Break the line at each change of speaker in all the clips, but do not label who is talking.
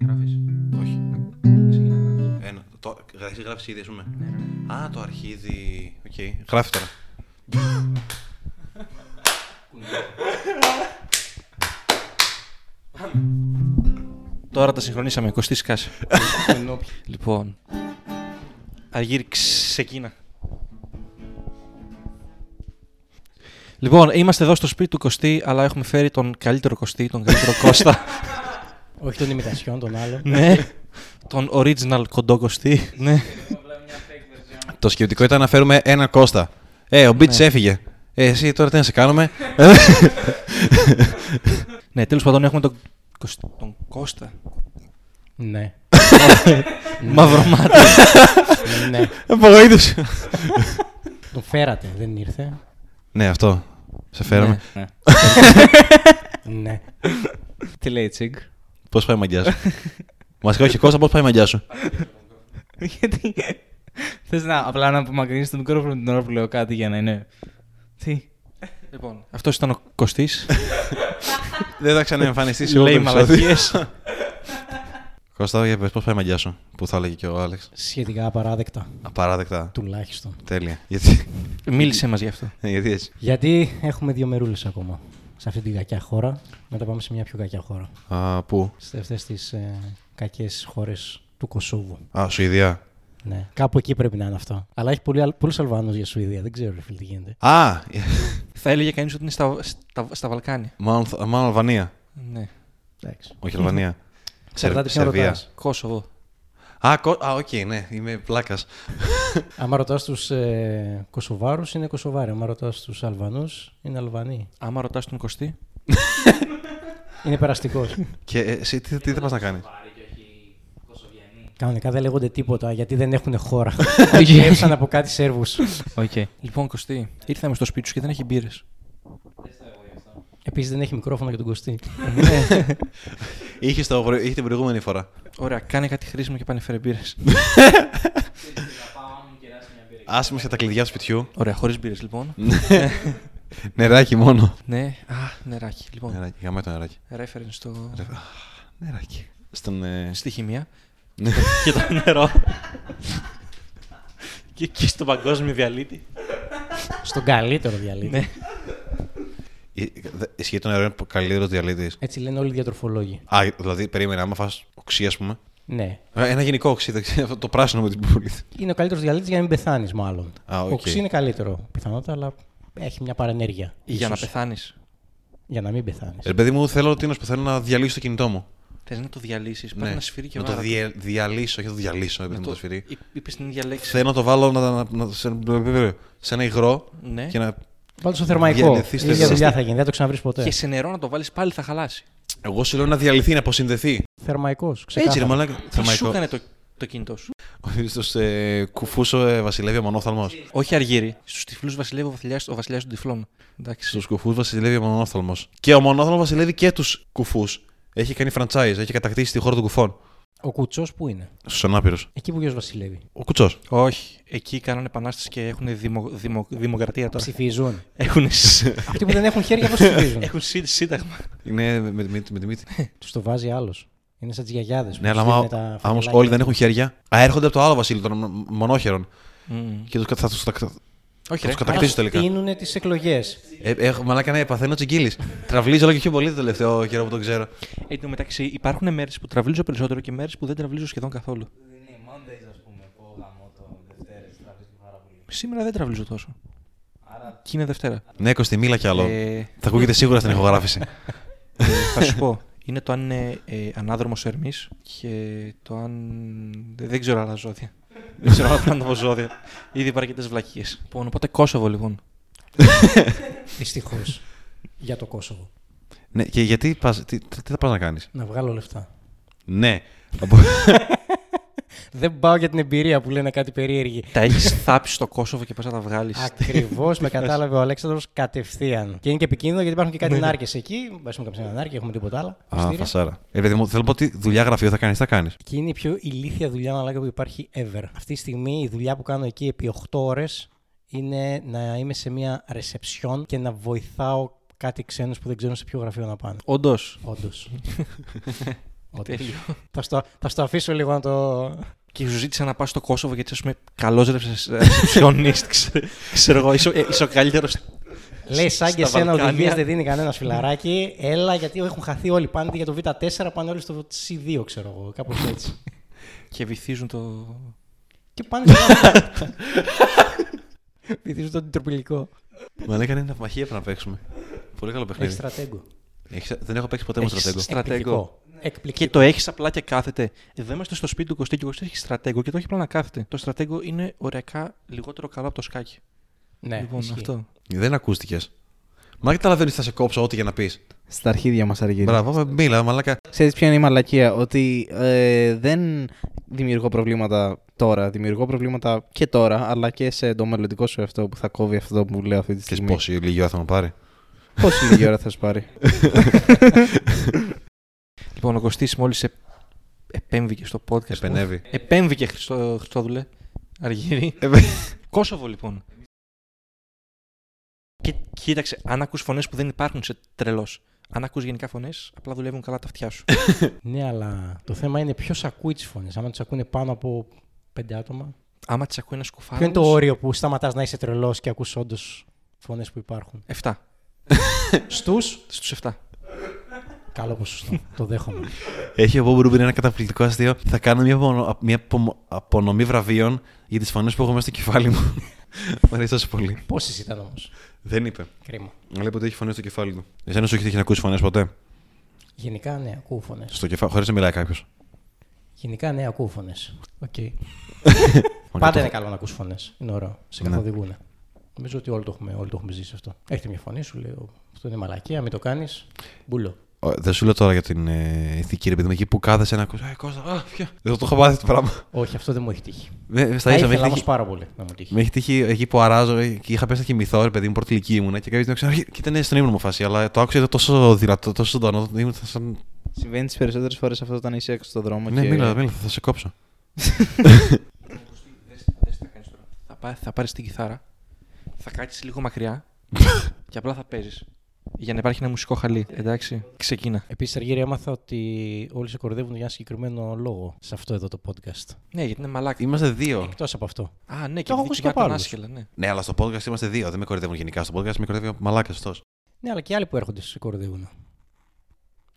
Γράφει.
Όχι.
Ξεκινά να γράφεις.
Ένα. Το... δηλαδή Εσύ γράφεις ήδη, ας πούμε.
Ναι, ναι, ναι.
Α, το αρχίδι. Οκ. Γράφει τώρα.
Τώρα τα συγχρονίσαμε. Κωστή σκάσε. λοιπόν. Αργύρι, ξεκίνα. Λοιπόν, είμαστε εδώ στο σπίτι του Κωστή, αλλά έχουμε φέρει τον καλύτερο Κωστή, τον καλύτερο Κώστα.
Όχι των ημιτασιών, τον άλλο.
ναι. Τον original κοντό Κωστή. ναι.
Το σκεπτικό ήταν να φέρουμε έναν Κώστα. Ε, ο Μπίτ
Ναι.
έφυγε. Ε, εσύ τώρα τι να σε κάνουμε.
ναι, τέλος πάντων έχουμε τον, Κωσ- τον Κώστα.
ναι.
Μαυρομάτι.
ναι.
Απογοήτευση.
Τον φέρατε, δεν ήρθε.
ναι, αυτό. Σε φέραμε.
Ναι.
Ναι.
Ναι.
Τι λέει η Τσιγκ.
Πώς πάει η μαγιά σου. Βασικά, όχι, Κώστα, πώς πάει η μαγιά σου.
Γιατί. Θες να απλά να απομακρύνει το μικρόφωνο την ώρα που λέω κάτι για να είναι. Τι.
λοιπόν, αυτός ήταν ο Κωστής.
Δεν θα ξαναεμφανιστεί σε όλο
Λέει
το επεισόδιο.
μαλακίες.
Κώστα, για πες, πώς πάει η μαγιά σου, που θα έλεγε και ο Άλεξ.
Σχετικά απαράδεκτα.
Απαράδεκτα.
Τουλάχιστον.
Τέλεια. Γιατί,
Μίλησε μας γι' αυτό.
γιατί έτσι.
Γιατί έχουμε δύο μερούλες ακόμα. Σε αυτή την κακιά χώρα. Μετά πάμε σε μια πιο κακιά χώρα.
Α, πού.
Σε αυτέ τις ε, κακές χώρες του Κωσόβου.
Α, Σουηδία.
Ναι. Κάπου εκεί πρέπει να είναι αυτό. Αλλά έχει πολλού πολλούς Αλβανούς για Σουηδία. Δεν ξέρω, ρε φίλε, τι γίνεται.
Α,
Θα έλεγε κανείς ότι είναι στα, στα, στα Βαλκάνια.
μάλλον, θα- μάλλον Αλβανία.
Ναι.
Εντάξει.
Όχι Αλβανία.
Εξαρτάται ποιον
Σερβία.
ρωτάς.
Κόσοβο.
Α, κο... α, οκ, ναι, είμαι πλάκας.
Άμα ρωτάς τους ε, Κωσοβάρους, είναι Κωσοβάροι. Άμα ρωτάς τους Αλβανούς, είναι Αλβανοί.
Άμα ρωτάς τον Κωστή,
Είναι περαστικός.
Και εσύ τι, τι θα πας να κάνεις.
Κανονικά δεν λέγονται τίποτα γιατί δεν έχουν χώρα. Γεύσαν από κάτι Σέρβους.
Οκ.
Λοιπόν, Κωστή, ήρθαμε στο σπίτι σου και δεν έχει μπύρες.
Επίσης δεν έχει μικρόφωνο για τον Κωστή. Ναι.
Είχε, το... είχε την προηγούμενη φορά.
Ωραία, κάνε κάτι χρήσιμο και πάνε φέρε μπύρες.
Άσε με σε τα κλειδιά του σπιτιού.
Ωραία, χωρίς μπύρες λοιπόν.
Νεράκι μόνο.
ναι, α, νεράκι. Λοιπόν,
Νεράκι, γαμάει το νεράκι.
reference στο.
Ρε, α, Νεράκι. Στον. ε,
στη χημεία.
ναι.
και το νερό. και εκεί στον παγκόσμιο διαλύτη.
Στον καλύτερο διαλύτη.
ναι.
Ε, δε- Ισχύει το νερό είναι ο καλύτερος διαλύτης.
Έτσι λένε όλοι οι διατροφολόγοι.
Α, δηλαδή περίμενε, άμα φας οξύ, ας πούμε.
Ναι.
Ε, Ένα γενικό οξύ, δεν ξέρω, αυτό το πράσινο με την πουλή.
Είναι ο καλύτερος διαλύτης για να μην πεθάνεις, μάλλον.
Α, οκ.
Ο ξύ είναι καλύτερο πιθανότατα, αλλά έχει μια παρενέργεια.
Για να
ίσως,
πεθάνεις.
Για να μην πεθάνεις.
Ρε παιδί μου, θέλω, τι να σου πω, θέλω να διαλύσω το κινητό μου.
Θες να το διαλύσεις. Πάρε ένα σφυρί και
Ναι. να
βάλε
το διε- διαλύσω, όχι να το διαλύσω, επειδή μου το σφυρί.
Είπες την ίδια λέξη.
Θέλω να το βάλω να, να, να- σε, σε ένα υγρό
Ναι.
και να.
Βάλτε στο θερμαϊκό.
Διαλυθείς
Λίγια
τελείως.
δουλειά θα γίνει, δεν θα το ξαναβρεις ποτέ.
Και σε νερό να το βάλεις πάλι θα χαλάσει.
Εγώ σου λέω να διαλυθεί, να αποσυνδεθεί.
Θερμαϊκός.
Έτσι, ρε μαλάκα.
Τι σου
Θερμαϊκό.
έκανε το, το κινητό σου.
Στου ε, κουφού ε, βασιλεύει ο μονόφθαλμος.
Όχι αργύρι. Στους τυφλούς βασιλεύει ο βασιλιάς ο βασιλιάς των τυφλών. Εντάξει.
Στους κουφούς βασιλεύει ο μονόφθαλμος. Και ο μονόφθαλμος βασιλεύει και τους κουφούς. Έχει κάνει franchise, έχει κατακτήσει τη χώρα των κουφών.
Ο κουτσός που είναι.
Στους ανάπηρους.
Εκεί που γιο βασιλεύει.
Ο κουτσός.
Όχι. Εκεί κάνανε επανάσταση και έχουν δημο, δημο, δημοκρατία τώρα.
Ψηφίζουν.
Έχουν, σ-
Αυτοί που δεν έχουν χέρια, πώς
Ε,
ψηφίζουν.
έχουν σύν- σύνταγμα.
Είναι με, με, με, με τη μύτη.
Τους το βάζει άλλος. Είναι σαν τις γιαγιάδες.
ναι, αλλά όμω όλοι δεν έχουν χέρια. Α, έρχονται από το άλλο βασίλειο των μο- μονόχερων. Και τους, κα- θα τους
Όχι,
θα
ρε.
τους κατακτήσει τελικά.
Τίνουν τις εκλογές.
Ε, έχω, μαλάκα, ναι, παθαίνω τσιγκίλης. Τραβλίζω όλο και πιο πολύ το τελευταίο καιρό που τον ξέρω.
Εν τω μεταξύ, υπάρχουν μέρες που τραβλίζω περισσότερο και μέρες που δεν τραβλίζω σχεδόν καθόλου. Σήμερα δεν τραβλίζω τόσο. Και είναι Δευτέρα.
Ναι, Κωστή, μίλα κι άλλο.
Ε,
Θα ακούγεται σίγουρα στην ηχογράφηση.
ε, θα σου πω. Είναι το αν είναι ε, ανάδρομος Ερμής και το αν. δε- Δεν ξέρω άλλα ζώδια. δεν ξέρω άλλα πράγματα από ζώδια. Ήδη είπα αρκετέ βλακίες. Λοιπόν, οπότε Κόσοβο λοιπόν.
Δυστυχώς. Για το Κόσοβο.
ναι, και γιατί πας, τι, τι θα πας να κάνεις.
Να βγάλω λεφτά.
Ε,
Ναι. Από-
Δεν πάω για την εμπειρία που λένε κάτι περίεργη.
τα έχεις θάψει στο Κόσοβο και πας να τα βγάλεις.
Ακριβώς με κατάλαβε ο Αλέξανδρος κατευθείαν. Και είναι και επικίνδυνο γιατί υπάρχουν και κάτι νάρκες εκεί. Μην πα με καμιά νάρκη, έχουμε τίποτα άλλο.
Α,
Μυστήρια.
φασάρα. Ε, παιδί μου, θέλω να πω ότι δουλειά γραφείου θα κάνεις, θα κάνεις.
Και είναι η πιο ηλίθια δουλειά μαλάκα που υπάρχει ever. Αυτή τη στιγμή η δουλειά που κάνω εκεί επί 8 ώρες είναι να είμαι σε μια reception και να βοηθάω κάτι ξένους που δεν ξέρουν σε ποιο γραφείο να πάνε.
Όντως.
Όντως. Όντως.
Τέλειο.
θα, στο, θα στο αφήσω λίγο να το.
Και σου ζήτησα να πας στο Κόσοβο γιατί είσαι καλό ρεψιονίστ. ε, Ξέρω εγώ, είσαι ε, είσαι ο καλύτερος.
Λέει σαν και
στα
σένα
Βαλκάνια.
οδηγίες δεν δίνει κανένας φιλαράκι. Έλα γιατί έχουν χαθεί όλοι. Πάνε για το Β4, πάνε όλοι στο C2, ξέρω εγώ. Κάπως έτσι.
Και βυθίζουν το.
και πάνε σε. Βυθίζουν τον τροπηλικό.
Μα λέει κανένα ναυμαχία πρέπει να παίξουμε. Πολύ καλό
Έχει
παιχνίδι.
στρατέγκο.
Έχεις- Δεν έχω παίξει ποτέ με
Έχεις
στρατέγκο.
στρα- Στρατέγκο.
Εκπληκτικό. Εκπληκτικό.
Ε, Και το έχεις απλά και κάθεται. Ε, Εδώ είμαστε στο σπίτι του Κωστή και ο Κωστής έχει στρατέγκο και το έχει απλά να κάθεται. Το στρατέγκο είναι ωριακά λιγότερο καλό από το σκάκι.
Ναι,
λοιπόν,
ισχύει.
αυτό.
Δεν ακούστηκες. Μα δεν καταλαβαίνεις θα σε κόψω ό,τι για να πεις.
Στα αρχίδια μας αργεί.
Μπράβο, μίλα, μαλάκα.
Ξέρεις ποια είναι η μαλακία, ότι ε, δεν δημιουργώ προβλήματα τώρα, δημιουργώ προβλήματα και τώρα, αλλά και σε το μελλοντικό σου αυτό που θα κόβει αυτό που λέω αυτή τη
Και
στιγμή.
πόση λίγη ώρα θα μου πάρει.
Πόση λίγη ώρα θα σου πάρει.
Λοιπόν, ο Κωστής μόλις ε- επέμβηκε στο podcast.
Επενεύει.
Επέμβηκε Χριστό, Χριστόδουλε. Αργύρι.
Ε,
Κόσοβο λοιπόν. Και κοίταξε, αν ακούς φωνές που δεν υπάρχουν, σε τρελός. Αν ακούς γενικά φωνές, απλά δουλεύουν καλά τα αυτιά σου.
Ναι, αλλά το θέμα είναι ποιος ακούει τις φωνές. Άμα τις ακούνε πάνω από πέντε άτομα.
Άμα τις ακούει ένας σκουφάρι.
Ποιο είναι το όριο που σταματάς να είσαι τρελός και ακούς όντως φωνές που υπάρχουν.
7.
Στου.
Στους 7.
Καλό ποσοστό. το δέχομαι.
Έχει ο Μπομπ Ρούμπιν ένα καταπληκτικό αστείο. Θα κάνω μια, απονο- μια απο- απονομή βραβείων για τις φωνές που έχω μέσα στο κεφάλι μου. Μ' αρέσει τόσο πολύ.
Πόσες ήταν όμως.
Δεν είπε.
Κρίμα.
Λέει ποτέ έχει φωνές στο κεφάλι του. Εσένα σου έχει τύχει να ακούσει φωνές ποτέ.
Γενικά, ναι, ακούω φωνές.
Στο κεφάλι, χωρίς να μιλάει κάποιος.
Γενικά, ναι, ακούω φωνές. Πάντα είναι καλό να ακούς φωνές. Είναι ωραίο. Σε
Ναι.
καθοδηγούν. Νομίζω ότι όλοι το, έχουμε, όλοι το έχουμε ζήσει αυτό. Έχετε μια φωνή, σου λέω. Αυτό είναι μαλακία, μην το κάνεις. Μπούλο.
Ω, Δεν σου λέω τώρα για την ε, ηθική ρε παιδί μου, εκεί που κάθεσαι να ακούσει. Ε, Κώστα, α, πια. Δεν το έχω πάθει το πράγμα.
Όχι, αυτό δεν μου έχει τύχει.
Ε,
Θα
Στα ίσα, με
ήθελα
έχει
όμως
τύχει-
πάρα πολύ να μου τύχει.
με έχει τύχει εκεί που αράζω ε, και είχα πέσει να κοιμηθώ, ρε παιδί μου, πρώτη ηλικία ήμουνα και κάποιο την ξέρω. Και ήταν στον ύμνο μου φάση, αλλά το άκουσα ήταν τόσο δυνατό, τόσο ζωντανό. Ήμουν σαν.
Συμβαίνει τις περισσότερες φορές αυτό όταν είσαι έξω στον δρόμο.
Ναι,
και...
μίλα, μίλα, θα σε κόψω.
Θα, πά, θα πάρεις την κιθάρα, θα κάτσεις λίγο μακριά και απλά θα παίζεις. Για να υπάρχει ένα μουσικό χαλί. Εντάξει, ξεκίνα.
Επίσης, Αργύρι, έμαθα ότι όλοι σε κορδεύουν για ένα συγκεκριμένο λόγο σε αυτό εδώ το podcast.
Ναι, γιατί είναι μαλάκι.
Είμαστε δύο.
Εκτός από αυτό.
Α, ναι, και επειδή
έχω ακούσει και
κοιμάται
από άλλους.
άσχελα, ναι.
Ναι, αλλά στο podcast είμαστε δύο. Δεν με κορυδεύουν γενικά. Στο podcast με κορυδεύει μαλάκα αυτό.
Ναι, αλλά και άλλοι που έρχονται σε κορδεύουν.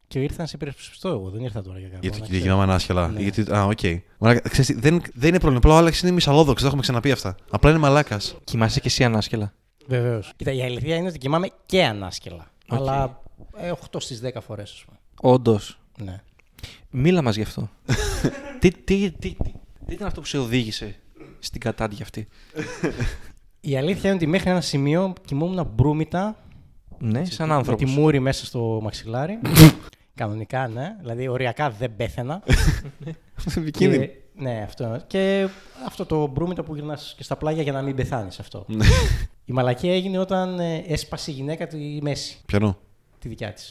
Και ήρθα σε υπερψηφιστό εγώ, δεν ήρθα τώρα για κάποιο.
Γιατί και γινόμαστε άσχελα.
Ε, Ναι.
Γιατί. Α, οκ. Μαλάκα, ξέρεις τι, δεν, δεν είναι πρόβλημα. Απλά ο Άλεξ είναι μισαλόδοξος. Τα έχουμε ξαναπεί αυτά. Απλά είναι μαλάκας.
Κοιμάσαι και εσύ ανάσχελα.
Βεβαίως. Κοίτα, η αλήθεια είναι ότι κοιμάμαι και ανάσκελα.
Οκ.
Αλλά ε, 8 στι 10 φορές, ας πούμε.
Όντως.
Ναι.
Μίλα μας γι' αυτό. τι, τι, τι, τι, τι ήταν αυτό που σε οδήγησε στην κατάντια αυτή.
Η αλήθεια είναι ότι μέχρι ένα σημείο κοιμόμουν μπρούμητα
Ναι, σαν
με τη
άνθρωπος.
μούρη μέσα στο μαξιλάρι. Κανονικά, ναι. Δηλαδή, οριακά δεν πέθαινα.
Επικίνδυνο.
Και- ναι, αυτό. Και αυτό το μπρούμητο που γυρνάς και στα πλάγια για να μην πεθάνεις αυτό. η μαλακία έγινε όταν ε, έσπασε η γυναίκα τη μέση,
Πιανού.
τη δικιά της.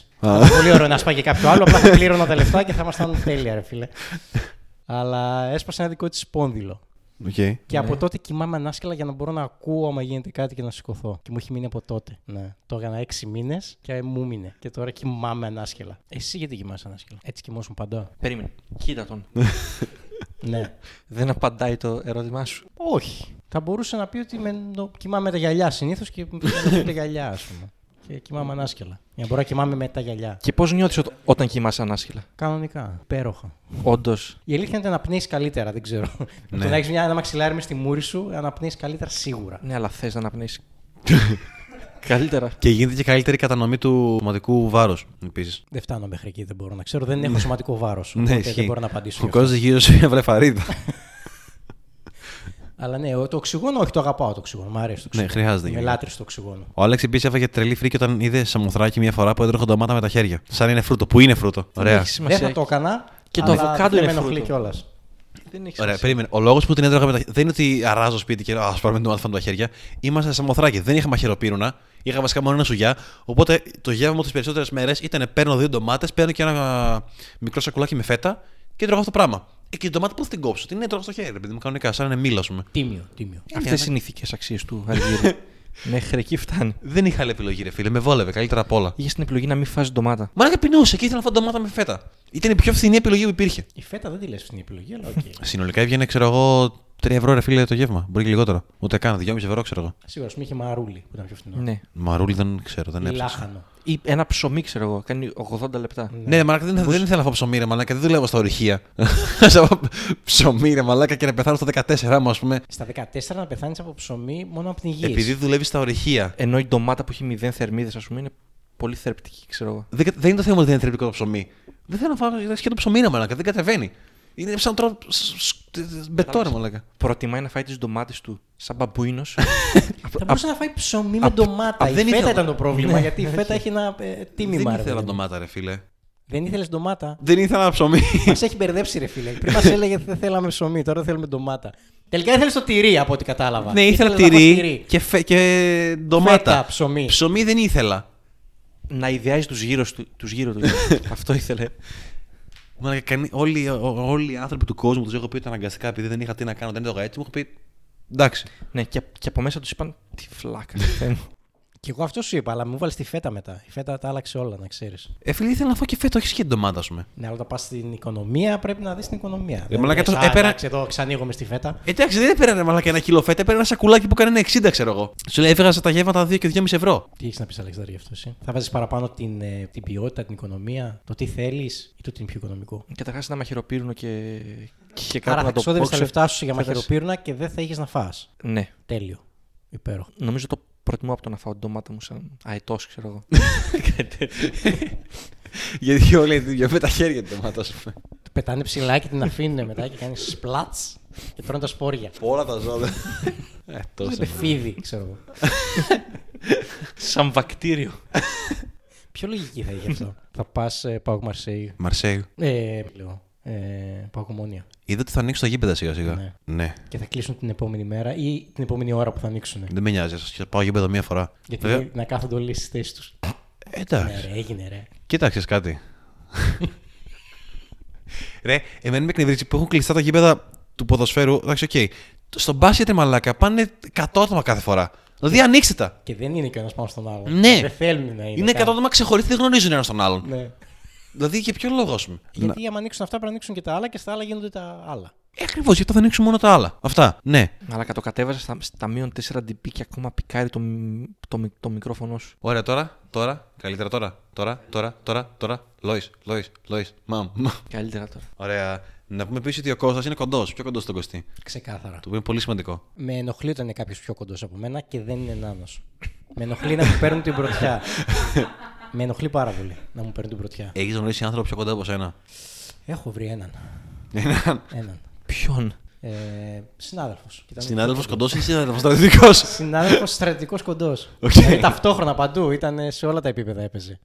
Πολύ ωραίο να σπάει και κάποιο άλλο, απλά θα πλήρωνα τα λεφτά και θα ήμασταν τέλεια, ρε φίλε. Αλλά έσπασε ένα δικό της σπόνδυλο.
Οκ.
Και από τότε κοιμάμαι ανάσκελα για να μπορώ να ακούω άμα γίνεται κάτι και να σηκωθώ. Και μου έχει μείνει από τότε. Ναι. Το έκανα έξι μήνες και μου μείνε. Και τώρα κοιμάμαι ανάσκελα. Εσύ γιατί κοιμάσαι ανάσκελα. Έτσι κοιμόσουν παντά.
Περίμενε. Κοίτα τον.
ναι.
Δεν απαντάει το ερώτημά σου.
Όχι. Θα μπορούσε να πει ότι με, νο- κοιμάμαι με τα γυαλιά συνήθως και με νοχλούν τα γυαλιά, ας πούμε. Και κοιμάμαι ανάσκελα. Για να μπορώ να κοιμάμαι με τα γυαλιά.
Και πώς νιώθεις όταν κοιμάσαι ανάσχελα.
Κανονικά. Υπέροχα.
Όντως.
Η αλήθεια είναι ότι αναπνέεις καλύτερα, δεν ξέρω. Ναι. Το να έχεις ένα μαξιλάρι μες στη μούρη σου, αναπνέεις καλύτερα σίγουρα.
Ναι, αλλά θες να αναπνέεις. Καλύτερα.
Και γίνεται και καλύτερη κατανομή του σωματικού βάρους επίσης.
Δεν φτάνω μέχρι εκεί, δεν μπορώ να ξέρω. Δεν έχω σωματικό βάρος.
Ναι,
δεν μπορώ να απαντήσω. γι' αυτό.
Φουκώζει γύρω σε μια βλεφαρίδα.
Αλλά ναι, το οξυγόνο, όχι, το αγαπάω το οξυγόνο. Μ' αρέσει το
ναι,
οξυγόνο.
χρειάζεται.
Είμαι
γενικά.
λάτρης το οξυγόνο.
Ο Άλεξ επίσης έφαγε τρελή φρίκη όταν είδε σε μουθράκι μια φορά που έτρεχε ντομάτα με τα χέρια. Σαν είναι φρούτο. Πού είναι φρούτο. Ωραία.
έχει
Δεν θα
σημασία.
το έκανα.
Και το
αλλά
αβοκάντο
δεν
είναι
με ενοχλεί
φρούτο.
κιόλας.
Δεν έχει
Ωραία,
σημασία.
περίμενε. Ο λόγος που την έτρωγα με τα Δεν είναι ότι αράζω σπίτι και λέω Α πάρουμε την ομάδα τα χέρια. Ήμασταν σε μοθράκι. Δεν είχα μαχαιροπύρουνα. Είχα βασικά μόνο ένα σουγιά. Οπότε το γεύμα μου τις περισσότερες μέρες ήταν παίρνω δύο ντομάτες, παίρνω και ένα μικρό σακουλάκι με φέτα και τρώγω αυτό το πράγμα. Ε, και την ντομάτα που θα την κόψω. Την έτρωγα στο χέρι, επειδή μου κανονικά, σαν ένα μήλο, ας πούμε.
Ε,
Τίμιο, τίμιο.
Αυτές είναι οι ηθικές αξίες του Αργύρου. Μέχρι εκεί φτάνει.
Δεν είχα άλλη επιλογή, ρε φίλε. Με βόλευε καλύτερα απ' όλα.
Είχες την επιλογή να μην φας ντομάτα.
Μαλάκα πεινούσε και ήθελα να φάω ντομάτα με φέτα. Ήταν η πιο φθηνή επιλογή που υπήρχε.
Η φέτα δεν τη λες στην επιλογή, αλλά οκ.
Συνολικά έβγαινε, ξέρω εγώ, 3 ευρώ ρε φίλε το γεύμα. Μπορεί και λιγότερο. Ούτε καν, 2,5 ευρώ ξέρω εγώ.
Σίγουρα, ας πούμε, είχε μαρούλι που ήταν πιο φθηνό.
Ναι.
Μαρούλι δεν ξέρω, δεν
Ή
έψαξα.
λάχανο.
Ή ένα ψωμί, ξέρω εγώ. Κάνει 80 λεπτά.
Ναι, ρε μαλάκα, δεν, δεν ήθελα να φάω ψωμί, ρε μαλάκα, δεν δουλεύω στα ορυχεία. Να φάω ψωμί, ρε μαλάκα, και να πεθάνω στα 14 μου, ας πούμε.
Στα 14 να πεθάνεις από ψωμί μόνο από την υγεία.
Επειδή δουλεύεις στα ορυχεία.
Ενώ η ντομάτα που έχει 0 θερμίδες, ας πούμε, είναι πολύ θρεπτική, ξέρω εγώ.
Δεν, κα- δεν είναι το θέμα ότι δεν είναι θρεπτικό το ψωμί. Δεν θέλω να φάω και το ψωμί, ρε μαλάκα, δεν κατεβαίνει. Είναι σαν να τρώω σ- σ- μπετό, ρε μαλάκα.
Προτιμάει να φάει τις ντομάτες του σαν μπαμπούινος.
Θα μπορούσε να φάει ψωμί με ντομάτα.
α,
Η
δεν
φέτα
ήθελα.
ήταν το πρόβλημα,
Ναι,
γιατί η φέτα έχει ένα ε, τίμημα.
Δεν
ρε
ήθελα
παιδί μου.
ντομάτα, ρε φίλε.
Δεν ήθελες ντομάτα.
Δεν ήθελα ψωμί.
Μας έχει μπερδέψει, ρε φίλε. Πριν μας έλεγε δεν θέλαμε ψωμί, τώρα θέλουμε ντομάτα. Τελικά ήθελες το τυρί, από ό,τι κατάλαβα.
Ναι, ήθελα
Ήθελες να φας
τυρί και, φε, και ντομάτα.
Φέτα, ψωμί.
Ψωμί δεν ήθελα.
να ιδεάζει τους γύρω του. Τους γύρω του. Αυτό ήθελε.
Μα, κανεί- όλοι, ό- όλοι οι άνθρωποι του κόσμου τους έχω πει ότι αναγκαστικά επειδή δεν είχα τι να κάνω, δεν έτρωγα έτσι, μου έχουν πει. Εντάξει.
ναι, και, και από μέσα τους είπαν τι φλάκα. Θεέ μου».
Και εγώ αυτό σου είπα, αλλά μου βάλει τη φέτα μετά. Η φέτα τα άλλαξε όλα, να ξέρεις.
Ε, φίλε, ήθελα να φάω και φέτο, όχι και ντομάτα, α πούμε.
Ναι, αλλά όταν πας στην οικονομία πρέπει να δεις την οικονομία. Δεν
Ε, μαλάκα,
λες,
τόσο-
«Α,
έπαιρα-
εντάξει, εδώ ξανοίγομαι στη φέτα.
Ε, Εντάξει, δεν έπαιρνε μαλάκα ένα κιλό φέτα, έπαιρνε ένα σακουλάκι που έκανε 60, ξέρω εγώ. Σου λέει, έφυγα τα γεύματα 2 και 2,5 ευρώ.
Τι έχεις να πεις, Αλεξάνδρ, γι' αυτό εσύ. Θα βάζεις παραπάνω την, ε, την ποιότητα, την οικονομία, το τι θέλεις ή το τι είναι πιο οικονομικό.
Καταρχάς να μαχαιροπύρουν και, και Ε, κάπου
Άρα
να
θα
το
ξόδευε τα
πόξω.
λεφτά σου για
Θα δες.
μαχαιροπύρνα και δεν θα είχε να φά.
Ναι.
Τέλειο. Υπέροχο.
Νομίζω το προτιμώ από το να φάω ντομάτα μου σαν αετός, ξέρω εγώ.
Γιατί όλοι διαβέ τα χέρια του ντομάτα, ας πούμε.
Του πετάνε ψηλά και την αφήνουν μετά και κάνεις σπλατ και τρώνε τα σπόρια.
Όλα τα ζώα. Ε, τόσο.
Είναι φίδι, ξέρω εγώ.
σαν βακτήριο.
Ποιο λογική θα είχε αυτό. θα πας
ε,
Πάουκ Μαρσέη.
Μαρσέη.
Ε, λέω. Ε, Πάουκ Ομόνια.
Είδα ότι θα ανοίξουν τα γήπεδα σιγά σιγά.
Ναι.
ναι.
Και θα κλείσουν την επόμενη μέρα ή την επόμενη ώρα που θα ανοίξουν.
Δεν με νοιάζει, σα πάω γήπεδο μία φορά.
Γιατί
Ναι. Βέβαια-
να κάθονται όλοι στι θέσεις τους.
Ε, εντάξει.
ναι, ρε, έγινε, ρε.
Κοίταξες κάτι. Ρε, εμένα με εκνευρίζει που έχουν κλειστά τα γήπεδα του ποδοσφαίρου. Εντάξει, οκ. Στο μπάσκετ, ρε μαλάκα, πάνε 100 άτομα κάθε φορά. Δηλαδή, ανοίξτε τα.
Και δεν είναι και ο ένα πάνω στον άλλον.
Ναι.
Δεν θέλουν να είναι.
Είναι 100
καν.
άτομα ξεχωριστοί, δεν γνωρίζουν ένα τον άλλον.
Ναι.
Δηλαδή, για ποιο λόγο, ας πούμε.
Γιατί άμα ανοίξουν αυτά πρέπει να ανοίξουν και τα άλλα και στα άλλα γίνονται τα άλλα.
Ακριβώς, γιατί θα ανοίξουν μόνο τα άλλα. Αυτά. Ναι.
Αλλά κατοκατέβαζα στα, στα μείον 4 dB και ακόμα πικάρει το, μ- το, μι- το μικρόφωνο σου.
Ωραία, τώρα, τώρα, καλύτερα τώρα, τώρα, τώρα, τώρα, τώρα. Λόι, Λόι, Λόι, μαμ. μαμ.
Καλύτερα τώρα.
Ωραία. Να πούμε επίσης ότι ο Κώστας είναι κοντός, πιο κοντός στον Κωστή.
Ξεκάθαρα.
Το οποίο είναι πολύ σημαντικό.
Με ενοχλεί όταν είναι κάποιος πιο κοντός από μένα και δεν είναι νάνος. Με ενοχλεί να μου παίρνουν την πρωτιά. Με ενοχλεί πάρα πολύ να μου παίρνουν την πρωτιά.
Έχεις γνωρίσει άνθρωπο πιο κοντά από σένα.
Έχω βρει έναν. έναν.
Ποιον.
Ε, συνάδελφος.
Συνάδελφο κοντός ή συνάδελφος στρατιωτικός.
Συνάδελφος στρατηγικό κοντός.
Οκ.
Δηλαδή ταυτόχρονα παντού, ήταν ε, σε όλα τα επίπεδα έπαιζε.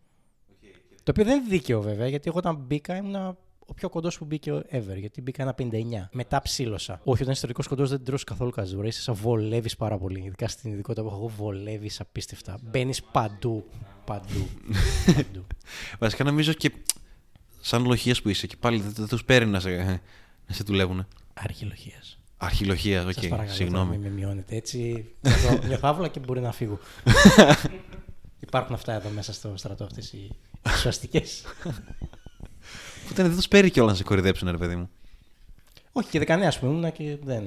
Το οποίο δεν είναι δίκαιο βέβαια, γιατί εγώ όταν μπήκα ήμουν ο πιο κοντός που μπήκε ever, γιατί μπήκα ένα 59. Μετά ψήλωσα. Όχι, όταν είσαι στρατηγικό κοντός δεν τρώσει καθόλου καζούρα. Είσαι σαν βολεύεις πάρα πολύ. Ειδικά στην ειδικότητα που έχω εγώ, βολεύεις απίστευτα. Μπαίνεις παντού. Παντού. παντού.
Βασικά νομίζω και σαν λοχείας που είσαι και πάλι δεν, δεν τους παίρνει να σε, να σε δουλεύουν.
Αρχιλογία.
Αρχιλοχείας, οκ.
Σας παρακαλώ, τώρα
Συγγνώμη.
Μην με μειώνετε έτσι. νιώθω- Νιώθω άβολα και μπορεί να φύγω. Υπάρχουν αυτά εδώ μέσα στο στρατό, αυτές οι σωστικέ.
Οπότε δεν του παίρνει κιόλας να σε κορυδέψουν, ρε παιδί μου.
Όχι, και δεκανέα, ας πούμε, ήμουνα και δεν.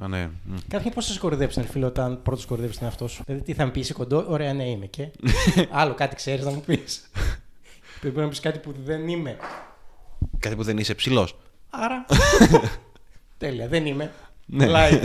Α, ναι. μ.
Καταρχήν, πώς θα σε κορυδέψει, ρε φίλε, όταν πρώτος κορυδέψει τον εαυτό σου. Δηλαδή, τι θα μου πεις, είσαι κοντό, ωραία, ναι, είμαι. Και άλλο κάτι ξέρεις να μου πεις. Πρέπει να πεις κάτι που δεν είμαι.
Κάτι που δεν είσαι ψηλός.
Άρα. Τέλεια, δεν είμαι.
Ναι.
Live.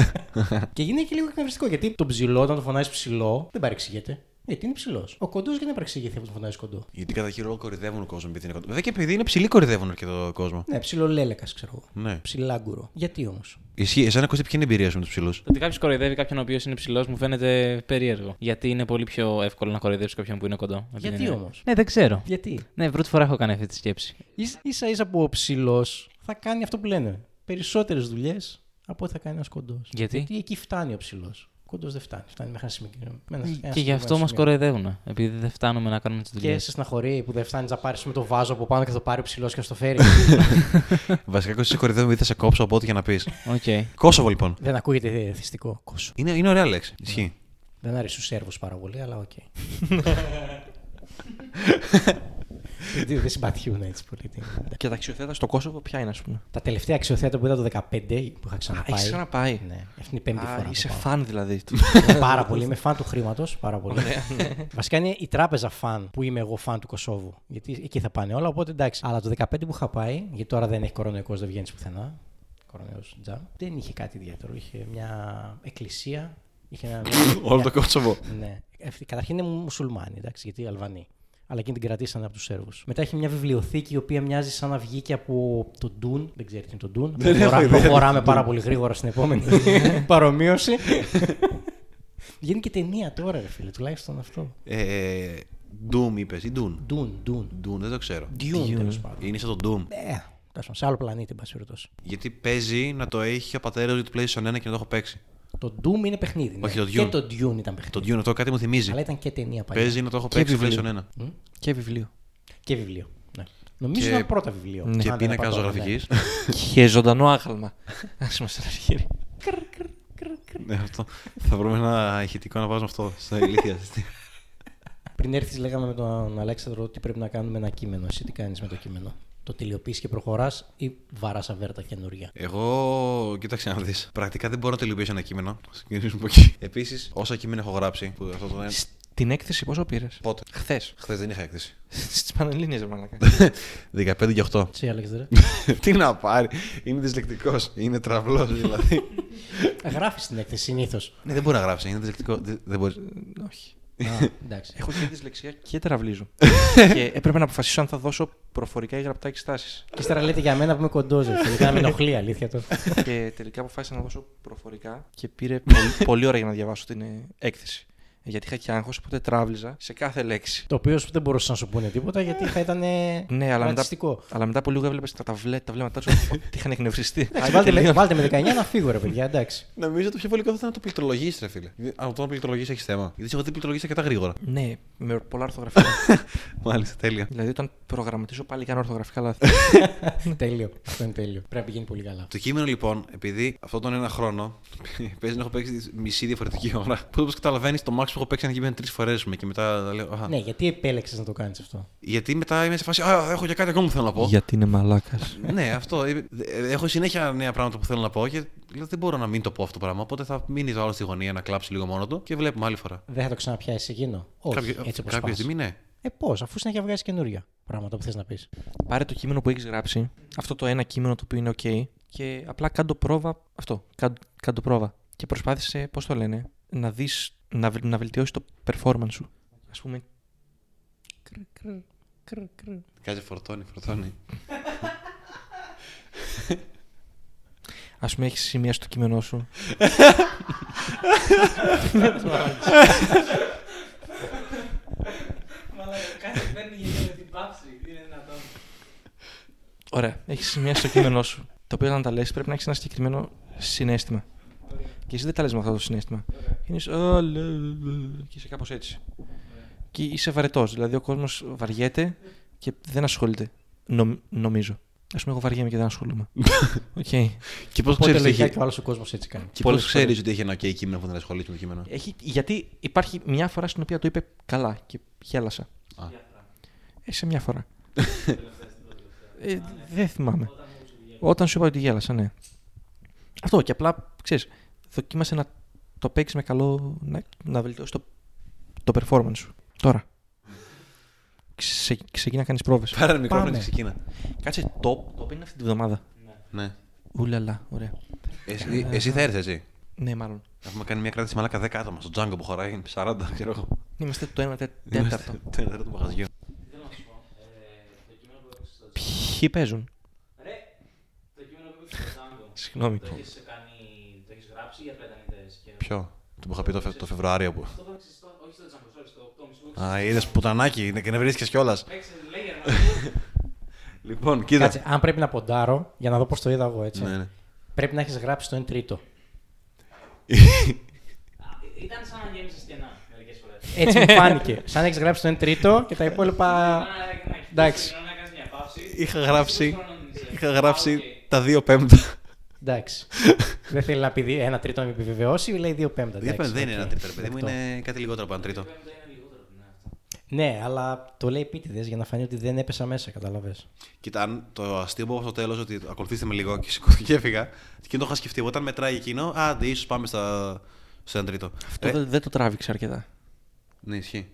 και γίνεται και λίγο εκνευριστικό γιατί τον ψηλό, όταν τον φωνάζεις ψηλό, δεν παρεξηγείται. Γιατί είναι ψηλός. Ο κοντός δεν παρεξηγείται όταν τον φωνάζει κοντό.
Γιατί κατά κύριο λόγο κορυδεύουν ο κόσμος επειδή είναι κοντός. Βέβαια και επειδή είναι ψηλοί κορυδεύουν και το κόσμο.
Ναι, ψηλό λέλεκα, ξέρω εγώ.
Ναι.
Ψηλάγκουρο. Γιατί όμως.
Ισχύει. Εσένα κοστίζει ποια είναι η εμπειρία σου με τους ψηλούς.
Το ότι κάποιος κοροϊδεύει κάποιον ο οποίος είναι ψηλός μου φαίνεται περίεργο. Γιατί είναι πολύ πιο εύκολο να κοροϊδεύσει κάποιον που είναι κοντό. Επειδή
Γιατί
είναι-
όμως?
Ναι, δεν ξέρω.
Γιατί.
Ναι, πρώτη φορά έχω κάνει αυτή τη σκέψη.
σα ίσα που ο ψηλός θα κάνει αυτό που λένε. Περισσότερες δουλειές από ό,τι θα κάνει ένας κοντός.
Γιατί?
εκεί φτάνει ο ψηλός. Κοντό δεν φτάνει. Φτάνει μέχρι ένα σημείο. με ένα- ένα
Ε, και γι'
συγκεκριμένο
αυτό μας
σημείο.
κοροϊδεύουν. Επειδή δεν φτάνουμε να κάνουμε τις
Και
δουλειές.
σε στεναχωρεί που δεν φτάνεις να πάρεις με το βάζο από πάνω και θα το πάρει ο ψηλός και θα στο φέρει.
Βασικά κοστίζει κορυδεύουν επειδή θα σε κόψω από ό,τι και να πεις.
Οκ.
Κόσοβο λοιπόν.
δεν ακούγεται ε, θυστικό. Κόσο.
Είναι, είναι ωραία λέξη. Ισχύει.
Δεν αρέσει στους Σέρβους πάρα πολύ, αλλά οκ. Δεν δεν συμπαθιούν έτσι πολύ. την-
Και τα αξιοθέατα στο Κόσοβο ποια είναι, ας πούμε.
Τα τελευταία αξιοθέατα που είδα το 2015 που είχα ξαναπάει.
Έχεις ξαναπάει.
Ναι, αυτή είναι η πέμπτη
Α,
φορά. που
είσαι
πάω.
φαν δηλαδή.
πάρα πολύ. Είμαι φαν του χρήματος. Πάρα πολύ. Βασικά είναι η τράπεζα φαν που είμαι εγώ φαν του Κωσόβου. Γιατί εκεί θα πάνε όλα. Οπότε εντάξει. Αλλά το 15 που είχα πάει, γιατί τώρα δεν έχει κορονοϊκός, δεν βγαίνει πουθενά. Κορονοϊός τζαμ. Δεν είχε κάτι ιδιαίτερο. Είχε μια εκκλησία. Είχε ένα.
Όλο το Κόσοβο.
Ναι. Αυτή- Καταρχήν είναι μουσουλμάνοι, εντάξει, γιατί Αλβανοί. Αλλά εκείνη την κρατήσανε από τους Σέρβους. Μετά έχει μια βιβλιοθήκη η οποία μοιάζει σαν να βγήκε από το Ντούν. Δεν ξέρει τι είναι το Ντούν. Προχωρά- Προχωράμε πάρα πολύ γρήγορα στην επόμενη παρομοίωση. Βγαίνει και ταινία τώρα, ρε φίλε, τουλάχιστον αυτό.
Ε, Doom είπες ή Doom.
Ντούν, Ντούν.
Doom, δεν το ξέρω.
Ντιούν, τέλος πάντων.
Είναι σαν το Doom.
Ε, τέλος πάντων, σε άλλο πλανήτη, εν πάση περιπτώσει.
Γιατί παίζει να το έχει ο πατέρας του PlayStation 1 και να το έχω παίξει.
Το Doom είναι παιχνίδι. ναι.
Όχι, το
και
Dune.
το Dune ήταν παιχνίδι.
Το Dune αυτό κάτι μου θυμίζει.
Αλλά ήταν και ταινία παλιά.
Παίζει να το έχω
Και
παίξει στο
βιβλίο.
PlayStation 1.
και βιβλίο.
Και βιβλίο. Ναι. Νομίζω
Και-
ήταν πρώτα βιβλίο.
Ναι.
Αν
Και
δεν
πίνακα
απατώ, ναι.
ζωγραφική.
και ζωντανό άγαλμα. Α είμαστε αρχαίοι.
Ναι, αυτό. Θα βρούμε ένα ηχητικό να βάζουμε αυτό στα ηλίθια.
Πριν έρθεις, λέγαμε με τον Αλέξανδρο ότι πρέπει να κάνουμε ένα κείμενο. Εσύ τι κάνεις με το κείμενο. Το τελειοποιείς και προχωράς ή βαράς αβέρτα καινούρια.
Εγώ, κοίταξε να δεις. Πρακτικά δεν μπορώ να τελειοποιήσω ένα κείμενο. Ας ξεκινήσουμε από εκεί. Επίσης, όσα κείμενα έχω γράψει, που αυτό το είναι.
Την έκθεση πόσο πήρες.
Πότε.
Χθες.
Χθες δεν είχα έκθεση.
Στις Πανελλήνιες ρε μαλακά.
15 και 8.
Έτσι, Αλέξανδρε.
Τι να πάρει. Είναι δυσλεκτικό. Είναι τραυλός δηλαδή.
Γράφεις την έκθεση συνήθως.
Ναι, δεν μπορεί να γράψει. Είναι δυσλεκτικό. Δεν δεν μπορείς.
Όχι.
Εντάξει.
Έχω και δυσλεξία και τραυλίζω. και έπρεπε να αποφασίσω αν θα δώσω προφορικά ή γραπτά εξετάσει.
Και ύστερα λέτε για μένα που είμαι κοντό. Τελικά με ενοχλεί αλήθεια το.
και τελικά αποφάσισα να δώσω προφορικά και πήρε πολύ, πολύ ώρα για να διαβάσω την ε, έκθεση. Γιατί είχα και άγχος, οπότε τράβλιζα σε κάθε λέξη.
Το οποίο δεν μπορούσαν να σου πούνε τίποτα γιατί θα ήταν ε,
Ναι, αλλά μετά-
ρατσιστικό.
Αλλά μετά από λίγο έβλεπε τα, τα, βλέ, τα βλέμματά σου ότι είχαν εκνευριστεί.
Εντάξει,
Άντε,
βάλτε, με,
τελείω.
βάλτε με 19 να φύγω, ρε παιδιά. Εντάξει.
Νομίζω το πιο βολικό θα ήταν να το πληκτρολογήσει, ρε φίλε. Αν το πληκτρολογήσει, έχεις θέμα. Γιατί σε έχω δει πληκτρολογήσει αρκετά γρήγορα.
Ναι, με πολλά ορθογραφικά.
Μάλιστα, τέλεια.
δηλαδή, όταν προγραμματίζω πάλι κάνω ορθογραφικά λάθη.
τέλειο. Αυτό είναι τέλειο. Πρέπει να πηγαίνει πολύ καλά.
Το κείμενο λοιπόν, επειδή αυτόν τον ένα χρόνο παίζει να έχω παίξει μισή διαφορετική ώρα, που όπω καταλαβαίνεις, το max που έχω παίξει ένα κείμενο τρεις φορές και μετά λέω. Αχα.
Ναι, γιατί επέλεξες να το κάνεις αυτό.
Γιατί μετά είμαι σε φάση. Α, έχω και κάτι ακόμα που θέλω να πω.
Γιατί είναι μαλάκας.
ναι, αυτό. Ε, Έχω συνέχεια νέα πράγματα που θέλω να πω και λέω, δεν μπορώ να μην το πω αυτό το πράγμα. Οπότε θα μείνει το άλλο στη γωνία να κλάψει λίγο μόνο του και βλέπουμε άλλη φορά.
Δεν θα το ξαναπιάσεις εκείνο. Όχι,
Κάποιο-
έτσι όπως
κάποια στιγμή, ναι.
Ε, πώς, αφού συνέχεια βγάζει καινούρια πράγματα που θες να πεις.
Πάρε το κείμενο που έχεις γράψει, αυτό το ένα κείμενο το οποίο είναι OK, και απλά κάντο πρόβα. Αυτό. Κάν, κάντο πρόβα. Και προσπάθησε, πώς το λένε, να δεις, να, βελ- να βελτιώσει το performance σου. Ας πούμε,
Κάτσε φορτώνει, φορτώνει.
ας πούμε έχεις σημεία στο κείμενό σου. Ωραία, έχεις σημεία στο κείμενό σου. Τα οποία όταν τα λες πρέπει να έχεις ένα συγκεκριμένο συνέστημα. Και εσύ δεν τα λες με αυτό το συνέστημα. Είναι. και είσαι κάπως έτσι. Και είσαι βαρετός. Δηλαδή ο κόσμος βαριέται και δεν ασχολείται. Νομ- νομίζω. Ας πούμε, εγώ βαριέμαι και δεν ασχολούμαι. Οκ.
Και πώς
Οπότε
ξέρεις
λογικά και Ε, ο άλλος ο κόσμος έτσι κάνει.
Και πώ ξέρεις ότι έχει ένα OK κείμενο που δεν ασχολείται με το κείμενο.
Έχει, γιατί υπάρχει μια φορά στην οποία το είπε καλά και γέλασα.
Α.
Ε, σε μια φορά. ε, δεν θυμάμαι. Όταν σου είπα ότι γέλασα, ναι. Αυτό και απλά, ξέρεις, δοκίμασε να το παίξεις με καλό, να, να βελτιώσεις το, το performance σου. Τώρα. Ξε, ξεκινά να κάνεις πρόβες.
Πάρα μικρό
Πάμε.
και ξεκίνα.
Κάτσε, top, top είναι αυτή τη βδομάδα.
Ναι. Ε,
Ουλαλα, ωραία.
Εσύ,
Ε,
εσύ θα έρθεις, έτσι.
Ναι, μάλλον.
Έχουμε κάνει μια κράτηση μαλάκα 10 άτομα στο Django που χωράει 40, ξέρω εγώ.
Είμαστε το 1 τέταρτο.
Είμαστε Το τέταρτο του μαγαζιού.
Ποιοι παίζουν.
Το κείμενο που έπαιξε στο Django,
Συγγνώμη.
το έχεις κάνει- το έχεις γράψει ή απλά ήταν ιδέες και-
Ποιο. Του που είχα πει το, Φε- το Φεβρουάριο που.
Αυτό το έπαιξες στο- όχι στο Django, sorry, στο Optimus, το έπαιξες-
Α, είδες πουτανάκι, είναι και νευρίσκε κιόλας.
Παίξε layer
Λοιπόν, κοίτα.
Κάτσε, αν πρέπει να ποντάρω, για να δω πώς το είδα εγώ έτσι.
Ναι, ναι.
Πρέπει να έχεις γράψει το 1 τρίτο.
μα- Ε, Ήταν σαν να γέμισες στενά μερικές φορές.
Έτσι μου φάνηκε. Σαν να έχεις γράψει το 1 τρίτο και τα υπόλοιπα. Εντάξει.
Να κάνεις μια παύση.
Είχα γράφει.
Πόσο χρόνο είναι,
Είχα
είσαι?
γράψει
Α, οκ.
τα δύο πέμπτα.
Εντάξει. δεν θέλει να πει ένα τρίτο να με επιβεβαιώσει, λέει δύο πέμπτα.
Δεν
εντάξει,
είναι
οκ.
ένα τρίτο, ρε παιδί μου,
Δεκτό.
είναι κάτι λιγότερο από ένα τρίτο.
Ναι, αλλά το λέει επίτηδες για να φανεί ότι δεν έπεσα μέσα, καταλαβέ.
Κοίτα, αν το αστείο μου στο τέλος ότι ακολουθήστε με λίγο και σηκώθηκε και έφυγα, εκείνο το είχα σκεφτεί. Εγώ, Όταν μετράει εκείνο, άντε, ίσως πάμε στα... στο ένα τρίτο.
Αυτό
Ε,
δεν- δεν το τράβηξε αρκετά.
Ναι, ισχύει.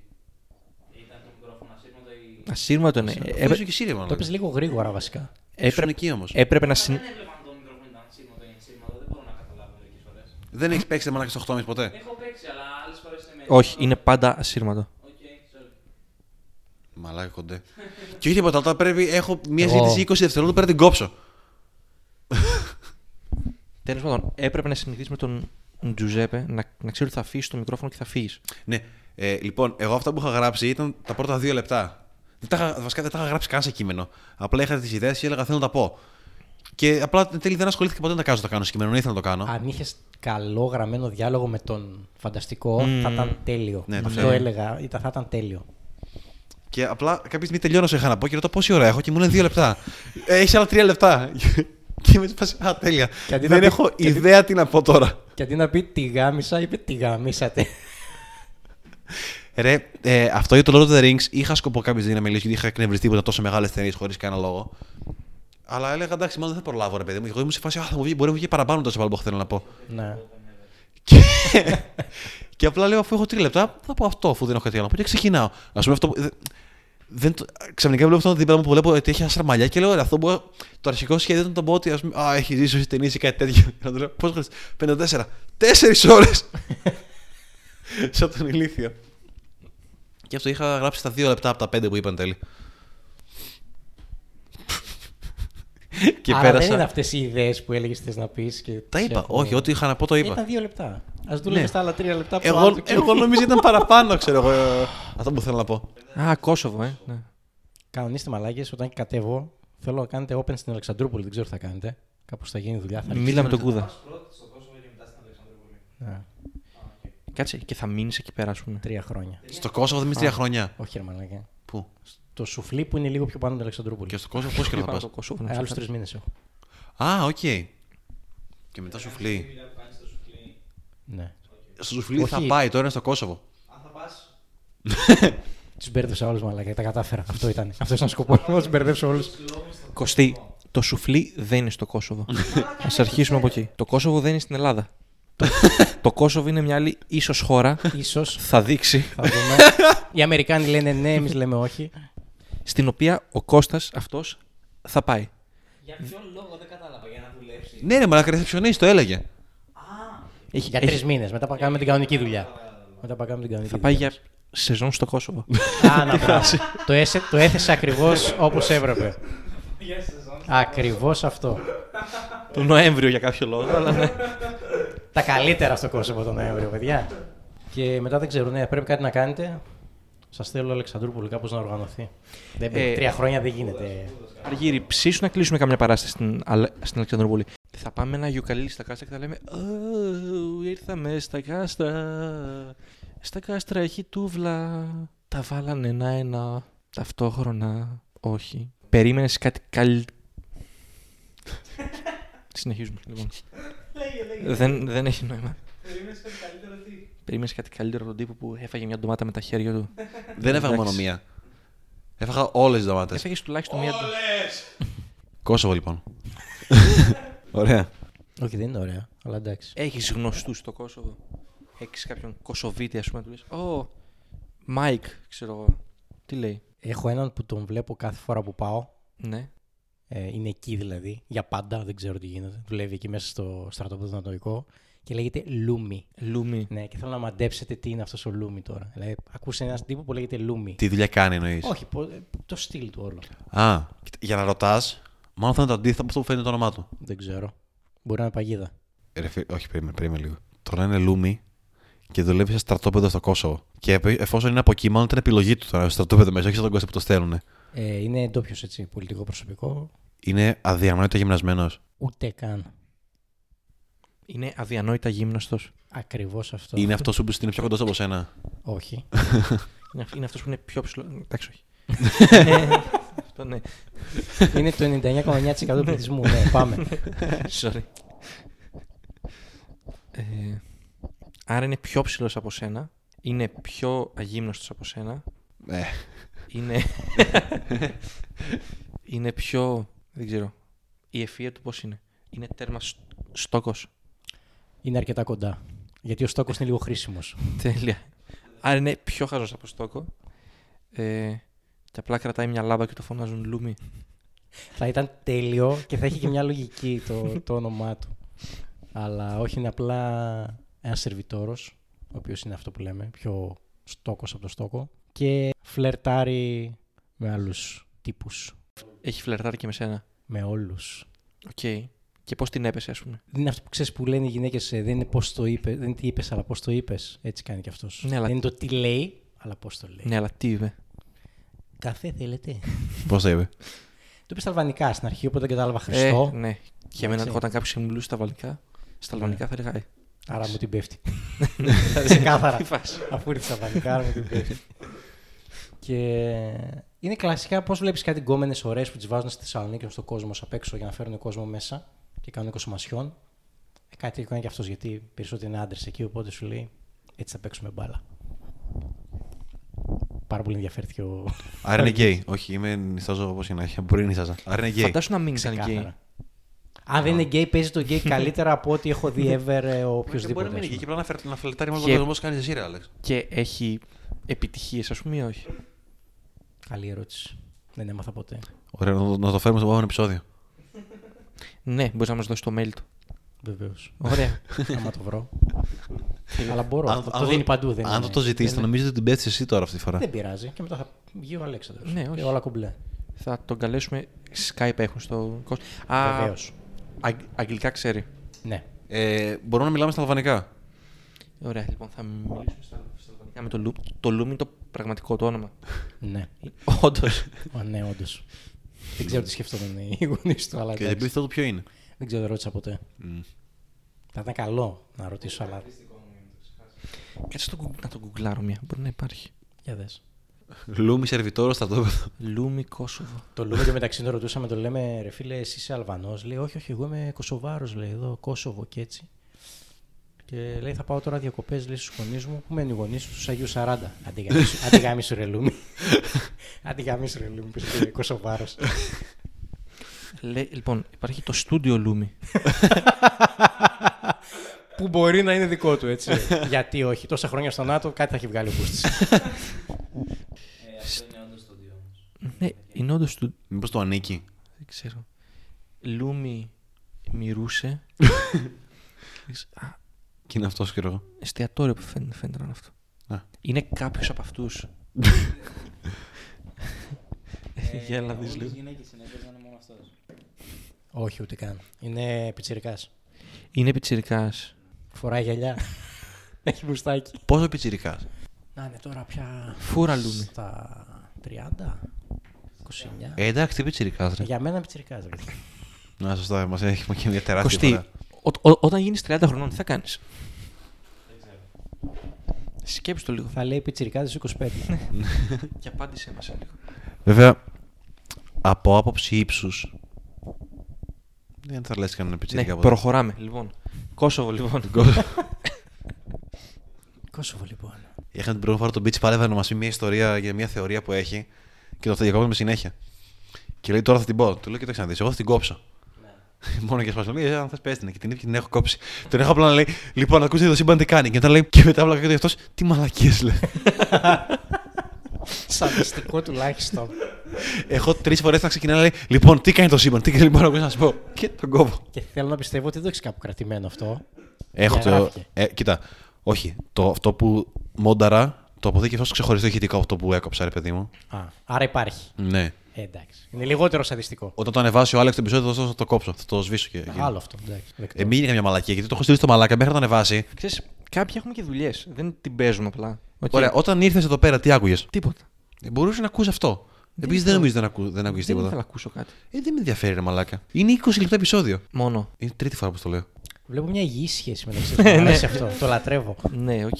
Ασύρματο ναι.
Ε,
Έπρε-
Νομίζω και σύρεμα.
Το έπαιζε λίγο γρήγορα βασικά.
Έπρεπε εκεί όμω.
Έπρεπε να συν...
Έβλεπα αν το μικρόφωνο ήταν σύρματο ή σύρματο, δεν μπορώ να καταλάβω μερικέ φορέ.
Δεν έχεις παίξει μαλάκα στο 8,5 ποτέ.
Έχω παίξει, αλλά άλλες φορές είναι με.
Όχι, είναι πάντα ασύρματο.
Οκ, sorry.
Μαλάκα κοντέ. και όχι τίποτα, όταν πρέπει, έχω μία
Εγώ.
συζήτηση 20 δευτερόλεπτα πρέπει να την κόψω.
Τέλος πάντων, έπρεπε να συνηθίσεις με τον Τζουζέπε να, να ξέρει ότι θα αφήσεις το μικρόφωνο και θα φύγεις.
Ναι. Ε, λοιπόν, εγώ αυτά που είχα γράψει ήταν τα πρώτα δύο λεπτά. Δεν τα είχα, βασικά δεν τα είχα γράψει καν σε κείμενο. Απλά είχα τις ιδέες και έλεγα θέλω να τα πω. Και απλά εν τέλει δεν ασχολήθηκα ποτέ να τα κάνω, το κάνω σε κείμενο, δεν ήθελα να το κάνω.
Αν είχες καλό γραμμένο διάλογο με τον φανταστικό, θα ήταν τέλειο.
Ναι, το
Αυτό
ξέρω.
έλεγα, ήταν- θα ήταν τέλειο.
Και απλά κάποια στιγμή τελειώνω σε είχα να πω και ρωτώ πόση ώρα έχω και μου λένε δύο λεπτά. Έχεις άλλα τρία λεπτά. και με σπάσει. Α, τέλεια.
Και αντί
Δεν
να πει-
έχω
και αντί-
ιδέα τι να πω τώρα.
Και αντί να πει τη γάμισα, είπε τη γάμισατε.
Ρε, ε, αυτό για το Lord of the Rings είχα σκοπό κάποια στιγμή να μιλήσω γιατί είχα εκνευριστεί που ήταν τόσο μεγάλες ταινίες χωρίς κανένα λόγο. Αλλά έλεγα εντάξει, μάλλον δεν θα προλάβω, ρε παιδί μου. Εγώ ήμουν σε φάση, α, θα μου βγει, μπορεί να μου βγει παραπάνω τόσο πάνω που θέλω να πω.
ναι.
Και, και απλά λέω, αφού έχω τρία λεπτά, θα πω αυτό, αφού δεν έχω κάτι άλλο να πω. Και ξεκινάω. Ας πούμε αυτό. που- δε- Δεν, το- ξαφνικά βλέπω αυτόν τον δίπλα μου που βλέπω ότι έχει ένα σαρμαλιά και λέω, «Ρε, αυτό μπορώ, το αρχικό σχέδιο ήταν το πω ότι ας πούμε, α, έχει ζήσει όχι ταινίες ή κάτι τέτοιο. Να του λέω, πώς χρειάζεται. 54. Τέσσερις ώρες. Σαν τον ηλίθιο. Και αυτό είχα γράψει στα δύο λεπτά από τα πέντε που είπαν τέλει. και
Άρα
πέρασα.
δεν είναι αυτές οι ιδέες που έλεγες θες να πεις.
Τα είπα. Όχι, ό,τι είχα να πω το είπα.
Ήταν δύο λεπτά. Ας δούλευε
Ναι.
στα άλλα τρία λεπτά που
Εγώ, εγώ νομίζω ήταν παραπάνω, ξέρω εγώ. ε, Αυτό που θέλω να πω.
Α, Κόσοβο, ε. Ναι.
Κανονίστε μαλάκες, όταν κατέβω, θέλω να κάνετε open στην Αλεξανδρούπολη. Δεν ξέρω τι θα κάνετε. Κάπως θα γίνει δουλειά. Θα
Μίλα με τον Κούδα.
Ναι,
Κάτσε και θα μείνεις εκεί πέρα, ας πούμε.
τρία χρόνια.
Στο Κόσοβο δεν μείνεις τρία χρόνια.
Όχι, ρε μαλάκια.
Πού?
Το σουφλί που είναι λίγο πιο πάνω από την Αλεξανδρούπολη. Ε,
Και στο Κόσοβο πώ και να πα.
Κόσοβο.
Άλλου τρεις μήνες έχω.
Α, οκ. Και μετά σουφλί.
Ναι.
Στο σουφλί
Όχι.
θα πάει, τώρα είναι στο Κόσοβο.
Τους μπέρδεψα όλους μαλάκια. Τα κατάφερα. Αυτό ήταν. Αυτό ήταν ο σκοπός μου. Του μπέρδεψα όλου.
Κωστή, το σουφλί δεν είναι στο Κόσοβο. Ας αρχίσουμε από εκεί. Το Κόσοβο δεν είναι στην Ελλάδα. Το, το Κόσοβο είναι μια άλλη ίσως χώρα.
σω.
Θα δείξει.
Θα δούμε. Οι Αμερικάνοι λένε ναι, εμείς λέμε όχι.
Στην οποία ο Κώστας αυτός θα πάει.
Για ποιο λόγο δεν κατάλαβα, για να δουλέψει.
Ναι, ρε, μαλάκα, ρεσεψιονίστη, το έλεγε.
Έχει-
Για
έχει-
τρεις μήνες. Μετά πάμε να κάνουμε την κανονική δουλειά. Μετά πάμε να κάνουμε την κανονική
θα πάει
δουλειά.
για σεζόν στο Κόσοβο.
Α, να περάσει. το, έσε, το έθεσε ακριβώς όπως έπρεπε. ακριβώς αυτό.
το Νοέμβριο για κάποιο λόγο. αλλά ναι.
Τα καλύτερα στο κόσμο τον Νοέμβριο, παιδιά. Και μετά δεν ξέρω, ναι, πρέπει κάτι να κάνετε. Σας θέλω Αλεξανδρούπολη κάπως να οργανωθεί. Δεν,
Ε,
ε, τρία χρόνια δεν γίνεται.
Αργύρι, ψήσου να κλείσουμε καμιά παράσταση στην, Αλε- στην Αλεξανδρούπολη. Θα πάμε ένα γιουκαλίλι στα κάστρα και θα λέμε «Ω, ήρθαμε στα κάστρα. Στα κάστρα έχει τούβλα. Τα βάλανε ένα-ένα. Ταυτόχρονα, όχι. Περίμενες κάτι καλ... Συνεχίζουμε, λοιπόν. δεν, δεν έχει νόημα. Περίμενες κάτι καλύτερο από τον τύπο που έφαγε μια ντομάτα με τα χέρια του.
Δεν έφαγα
Εντάξει.
μόνο μία. Έφαγα όλες τις ντομάτες.
Έφαγες τουλάχιστον μια... ντο-
Κόσοβο, λοιπόν. Ωραία.
Όχι, δεν είναι ωραία, αλλά εντάξει.
Έχεις γνωστούς στο Κόσοβο. Έχεις κάποιον Κοσοβίτη, ας πούμε, του λες. Ω, Μάικ, ξέρω εγώ. Τι λέει.
Έχω έναν που τον βλέπω κάθε φορά που πάω.
Ναι.
Ε, είναι εκεί δηλαδή, για πάντα, δεν ξέρω τι γίνεται. Δουλεύει εκεί μέσα στο στρατόπεδο Ανατολικό και λέγεται Λούμι.
Λούμι.
Ναι, και θέλω να μαντέψετε τι είναι αυτός ο Λούμι τώρα. Δηλαδή, ακούσε έναν τύπο που λέγεται Λούμι.
Τι δουλειά κάνει, εννοείς.
Όχι, πο- ε, το στυλ του όλο.
Α, κοίτα, για να ρωτάς, μάλλον θα είναι το αντίθετο από αυτό που φαίνεται το όνομά του.
Δεν ξέρω. Μπορεί να είναι παγίδα.
Ε, Ρε, φι- όχι, περίμενε, περίμενε λίγο. Τώρα είναι Λούμι και δουλεύεις σε στρατόπεδο στο Κόσοβο. Και επε- εφόσον είναι από εκεί, μάλλον ήταν επιλογή του τώρα στο στρατόπεδο μέσα, όχι στον κόσμο που το στέλνουν.
Ε, είναι ντόπιο έτσι, πολιτικό προσωπικό.
Είναι αδιανόητα γυμνασμένος.
Ούτε καν.
Είναι αδιανόητα γύμναστος.
Ακριβώς αυτό.
Είναι αυτός που είναι πιο κοντός από σένα.
Όχι.
Είναι, αυ- είναι αυτός που είναι πιο ψηλό. Εντάξει, όχι. ναι, αυτό ναι.
είναι το 99,9% του πληθυσμού. ναι, πάμε.
Sorry. Ε, Άρα είναι πιο ψηλός από σένα, είναι πιο αγύμναστος από σένα,
Ε,
Ναι. είναι. είναι πιο. Δεν ξέρω. Η ευφυα του πώς είναι. Είναι τέρμα στόκος.
Είναι αρκετά κοντά. Γιατί ο στόχο είναι λίγο χρήσιμος.
Τέλεια. Άρα είναι πιο χαζός από στόκο. Ε, και απλά κρατάει μια λάμπα και το φωνάζουν Λούμι.
θα ήταν τέλειο και θα έχει και μια λογική το, το όνομά του. Αλλά όχι, είναι απλά ένας σερβιτόρος, ο οποίος είναι αυτό που λέμε, πιο στόκος από το στόκο. Και φλερτάρει με άλλους τύπους.
Έχει φλερτάρει και με σένα.
Με όλους.
Οκ. Και πώς την έπεσε, ας πούμε.
Είναι αυτό που ξέρεις που λένε οι γυναίκες, δεν είναι πώς το είπε, δεν είναι τι είπες, αλλά πώς το είπες. Έτσι κάνει κι αυτός.
Ναι, αλλά-
Δεν είναι το τι λέει, αλλά πώς το λέει.
Ναι, αλλά τι είπε.
Καφέ θέλετε.
Πώς τα είπε.
Το είπε στα αλβανικά στην αρχή, οπότε δεν κατάλαβα Χριστό.
Ε, ναι. Και εμένα,
Εντάξει.
όταν κάποιο μιλούσε στα αλβανικά, στα αλβανικά θα έλεγα. ε,
Άρα μου την πέφτει. Ξεκάθαρα.
Τι φάση.
Αφού ήρθε στα βανικά, άρα μου την πέφτει. και είναι κλασικά πώς βλέπεις κάτι γκόμενες ωραίες που τις βάζουν στη Θεσσαλονίκη και στον κόσμο απ' έξω για να φέρουν κόσμο μέσα και κάνουν κοσμασιόν. Ε, κάτι τέτοιο κάνει και αυτός γιατί περισσότερο είναι άντρες εκεί, οπότε σου λέει έτσι θα παίξουμε μπάλα. Πάρα πολύ ενδιαφέρθηκε ο.
Άρα είναι γκέι. Όχι, είμαι νιστάζω όπω είναι. Μπορεί να νιστάζα. Άρα είναι γκέι.
Φαντάσου να μην ήταν γκέι.
Ξεκάθαρα. Αν δεν είναι γκέι, παίζει το γκέι καλύτερα από ό,τι έχω δει ever ε, ο
Μπορεί
οποιοδήποτε.
να μην είναι γκέι.
ας
Και απλά να φέρει- να φλερτάρει με
Και-
τον κόσμο κάνεις εσύ, ρε Άλεξ.
Και έχει επιτυχίες, ας πούμε, ή όχι.
πούμε. Καλή ερώτηση. Δεν έμαθα ποτέ.
Ωραία, να το- να το φέρουμε στο επόμενο επεισόδιο.
Ναι, μπορείς να μας δώσεις το mail του.
Βεβαίως.
Ωραία.
Άμα το βρω. Αλλά μπορώ.
Αν-
το,
αν
το
το-
δίνει παντού. Δεν,
Αν
είναι- Ναι.
το το ζητήσει, θα
δεν,
νομίζετε ότι την πέφτει εσύ τώρα αυτή τη φορά.
δεν πειράζει. Και μετά θα βγει ο Αλέξανδρος.
Ναι, όχι.
Και όλα κουμπλέ.
θα τον καλέσουμε. Skype έχουν στο κόσμο. Α,
Βεβαίως.
αγγ- αγγλικά ξέρει.
Ναι.
Ε, μπορούμε να μιλάμε στα αλβανικά.
Ωραία, λοιπόν, θα μιλήσουμε στα στα αλβανικά με το Λουμ. Το Λουμ είναι το πραγματικό του όνομα. Ε,
Ναι.
Όντως.
Ω, ναι, όντως. δεν ξέρω τι σκεφτόταν οι γονείς του, αλλά
Και το
εντάξει.
επίθετο του ποιο είναι.
δεν ξέρω, δεν ρώτησα ποτέ. Θα ήταν καλό να ρωτήσω, αλλά
Κάτσε το γκου- να το γκουγκλάρω μια. Μπορεί να υπάρχει.
για δες.
Λούμι σερβιτόρο στρατόπεδο.
Λούμι Κόσοβο.
Το λέμε και μεταξύ το ρωτούσαμε, το λέμε ρε φίλε, εσύ είσαι Αλβανός. Λέει, Όχι, όχι, εγώ είμαι Κωσοβάρο, λέει εδώ, Κόσοβο και έτσι. Και λέει, Θα πάω τώρα διακοπές, λέει στους γονείς μου. Πού μένουν οι γονεί σου, στους Αγίους 40. Αντιγάμι σου, ρελούμι. Αντιγάμι σου, ρελούμι, που είσαι Κωσοβάρο.
Λέει, λοιπόν, υπάρχει το στούντιο Λούμι.
που μπορεί να είναι δικό του, έτσι. Γιατί όχι, τόσα χρόνια στο ΝΑΤΟ κάτι θα έχει βγάλει ο Μπούστη.
Ε, αυτό είναι όντως το δύο όμω.
ναι, είναι όντως του.
Μήπως το ανήκει.
Δεν ξέρω. Λούμι μυρούσε. Δεν ξέρω. Α,
Και είναι αυτός και εγώ.
εστιατόριο που φαίνεται, φαίνεται να είναι αυτό.
Α.
Είναι κάποιος από αυτούς.
Ε,
Ε,
Γέλα δεις λίγο.
γυναίκες είναι, δεν είναι μόνο αυτός.
όχι, ούτε καν. Είναι πιτσυρικά.
Είναι πιτσιρικάς.
Φοράει γυαλιά. έχει μπουστάκι.
Πόσο πιτσιρικάς.
Να είναι τώρα πια.
Φούρα λούμι.
Στα 30, 29.
Ε, εντάξει, τι πιτσιρικάς. Ρε.
Για μένα πιτσιρικάς. ρε.
Να σωστά, μας έχει και μια τεράστια
Κωστή,
φορά.
ο- ο- όταν γίνεις 30 χρονών, τι θα κάνεις. Σκέψου το λίγο.
Θα λέει πιτσιρικάς στους 25.
Και απάντησε μας λίγο.
Βέβαια, από άποψη ύψους. Δεν θα λες κανένα πιτσιρικά.
Ναι,
ποτέ.
προχωράμε. Λοιπόν. Κόσοβο, λοιπόν.
Κόσοβο λοιπόν.
Είχαμε την προηγούμενη φορά τον Beach Paleva να μας πει μια ιστορία για μια θεωρία που έχει και το διακόπτουμε συνέχεια. Και λέει τώρα θα την πω. Του λέω και το ξαναδεί. Εγώ θα την κόψω. Μόνο και σπάσμα. Λέει, «Ε, αν θες πες την. Και την είπε και την έχω κόψει. Τον έχω απλά να λέει: Λοιπόν, ακούστε το σύμπαν τι κάνει. Και όταν λέει και μετά απλά και αυτό, τι μαλακίες λέει.
Σαν μυστικό τουλάχιστον.
έχω τρεις φορές να ξεκινάει να λέει: Λοιπόν, τι κάνει το σύμπαν, τι κάνει, λοιπόν, ακούστε να σα πω. Και τον κόβω.
Και θέλω να πιστεύω ότι δεν το έχεις κάπου κρατημένο αυτό.
Έχω το.
Διαγράφηκε.
Ε, κοίτα, όχι. Το, αυτό που μόνταρα το αποθήκευσα ως ξεχωριστό ηχητικό από το που έκοψα, ρε παιδί μου.
Α, άρα υπάρχει.
Ναι.
Ε, εντάξει. Είναι λιγότερο σαδιστικό.
Όταν το ανεβάσει ο Άλεξ το επεισόδιο, θα το- θα το κόψω. Θα το σβήσω και. και-
Άλλο αυτό. Εντάξει. Δεκτό.
Ε, μην είναι καμιά μαλακία, γιατί το έχω στείλει στο μαλάκα μέχρι να το ανεβάσει.
Ξέρεις, κάποιοι έχουμε και δουλειές. Δεν την παίζουμε απλά. Οκ.
Ωραία, όταν ήρθες εδώ πέρα, τι άκουγες.
Τίποτα.
Ε, Μπορούσες να ακούσει αυτό. Επίση δεν
ήθελα.
νομίζω δεν, ακού, δεν ακούγε
Δεν ήθελα να
τίποτα.
ακούσω κάτι.
Ε, δεν με ενδιαφέρει, ρε μαλάκα. Είναι 20 λεπτά επεισόδιο.
Μόνο.
Είναι τρίτη φορά που το λέω. Ναι.
Βλέπω μια υγιή σχέση μεταξύ του. Μου αρέσει αυτό. Το λατρεύω.
Ναι, οκ.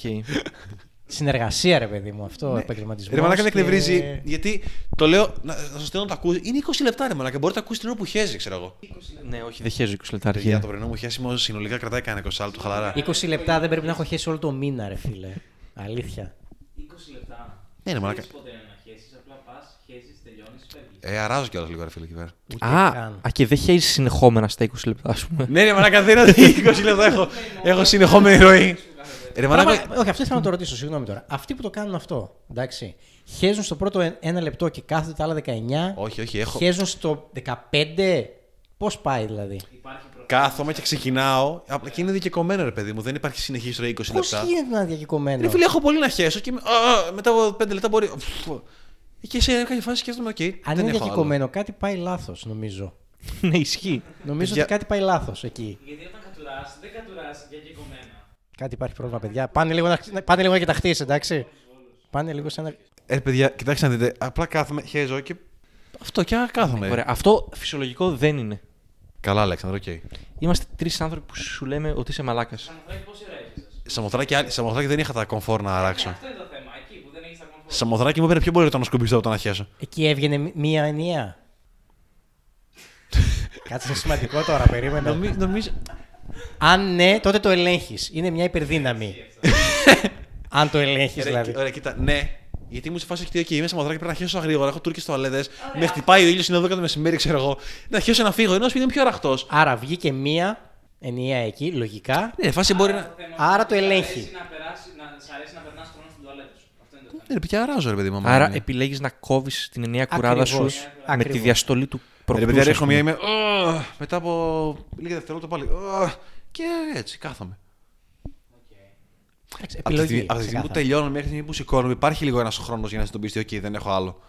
Συνεργασία, ρε παιδί μου, αυτό ναι. επαγγελματισμός.
Ε, Ρε μαλάκα με εκνευρίζει, γιατί το λέω, να να σας στέλνω να το ακούσεις. Είναι 20 λεπτά ρε μαλάκα, μπορείτε να ακούσεις την ώρα που χέζει, ξέρω εγώ.
Ναι, όχι, δεν χέζω 20 λεπτά. ρε,
Για
γίνεται.
το πρωινό μου χέσιμο συνολικά κρατάει κανένα 20 λεπτό χαλαρά.
20 λεπτά δεν πρέπει να έχω χέσει όλο το μήνα, ρε φίλε. Αλήθεια.
20 λεπτά.
Ναι, ρε μαλάκα.
Ποτέ να χέσεις, απλά πας, χέσει, τελειώνεις, φεύγεις.
Ε, αράζω κιόλας λίγο, ρε φίλε, εκεί πέρα.
Ούτε
Α,
καν.
α, και δεν χέζεις συνεχόμενα στα 20 λεπτά, ας πούμε.
Ναι, ρε μαλάκα, δεν είναι ότι 20 λεπτά έχω, έχω συνεχόμενη ροή. Ρε μαλάκα,
Πράγμα- όχι, αυτό ήθελα να το ρωτήσω, συγγνώμη τώρα. Αυτοί που το κάνουν αυτό, εντάξει, χέζουν στο πρώτο ε- ένα λεπτό και κάθονται τα άλλα 19.
Όχι, όχι, έχω-
Χέζουν στο 15. Πώς πάει δηλαδή.
κάθομαι και ξεκινάω. Απλά και είναι δικαιωμένο, ρε παιδί μου, δεν υπάρχει συνεχής ροή 20
Πώς
λεπτά.
γίνεται να είναι διακεκομένο.
Ρε φίλε, έχω πολύ να χέσω και είμαι- α, α, μετά από 5 λεπτά μπορεί. Φου. Και σε κάποια φάση σκέφτομαι, οκ.
Αν
δεν
είναι
έχω άλλο.
διακεκομένο, κάτι πάει λάθος, νομίζω.
ναι, ισχύει.
Νομίζω
Παιδιά-
ότι κάτι πάει λάθος εκεί.
Γιατί όταν κατουράς, δεν κατουράς για κομμένα.
Κάτι υπάρχει πρόβλημα, παιδιά. Πάνε λίγο να, να- πάνε λίγο να κοιταχτείς, εντάξει. Πάνε λίγο σε ένα.
Ε, παιδιά, κοιτάξτε να δείτε. Απλά κάθομαι, χέζω και. Αυτό ε. και άρα κάθομαι.
Ωραία. Αυτό φυσιολογικό δεν είναι.
Καλά, Αλέξανδρο, οκ. Okay.
Είμαστε τρεις άνθρωποι που σου λέμε ότι είσαι μαλάκας.
Σαμοθράκι, άλλη- σαμοθράκι δεν είχα τα κομφόρ να αράξω.
Αυτό είναι το θέμα, εκεί που δεν έχεις ακόμα φορά.
Σαμοθράκι μου έπαιρνε πιο πολύ όταν να σκουμπίσω από το να χέσω.
Εκεί έβγαινε μ- μία ενιαία. Κάτσε είναι σημαντικό τώρα, περίμενα.
Νομι- Νομίζω.
Αν ναι, τότε το ελέγχεις. Είναι μια υπερδύναμη. Αν το ελέγχεις,
Ρε,
δηλαδή.
κοι- Ωραία, κοίτα, ναι. Γιατί μου σε φάση ότι okay, είμαι σαμοθράκι, πρέπει να χέσω γρήγορα. Έχω τουρκικές τοαλέδε. Με χτυπάει ο ήλιος, είναι 12 το μεσημέρι, ξέρω εγώ. Να χέσω να φύγω. Ενώ σπίτι είναι πιο αραχτό.
Άρα βγήκε μία ενιαία εκεί, λογικά.
Ναι, φάση μπορεί να.
Άρα το ελέγχει.
Να περάσει, να σ' αρέσει να περνάς χρόνο στην τουαλέτα σου. Αυτό είναι το θέμα.
Ναι, πια αράζω, ρε παιδί μου. άμα
Άρα
είναι.
επιλέγεις να κόβεις την ενιαία κουράδα σου
Ακριβώς.
με
Ακριβώς.
τη διαστολή του
Ε, Ρε
προκτού.
παιδιά,
ας
ρίχνω
πούμε.
μία, είμαι. «Ω», Μετά από λίγα δευτερόλεπτα πάλι. «Ω», Και έτσι, κάθομαι.
Εντάξει,
Από τη
Επιλογή.
στιγμή- από τη στιγμή που
ξεκάθαρα.
τελειώνω μέχρι τη στιγμή που σηκώνω, υπάρχει λίγο ένας χρόνος για να συνειδητοποιήσει ότι «Οκ, δεν έχω άλλο.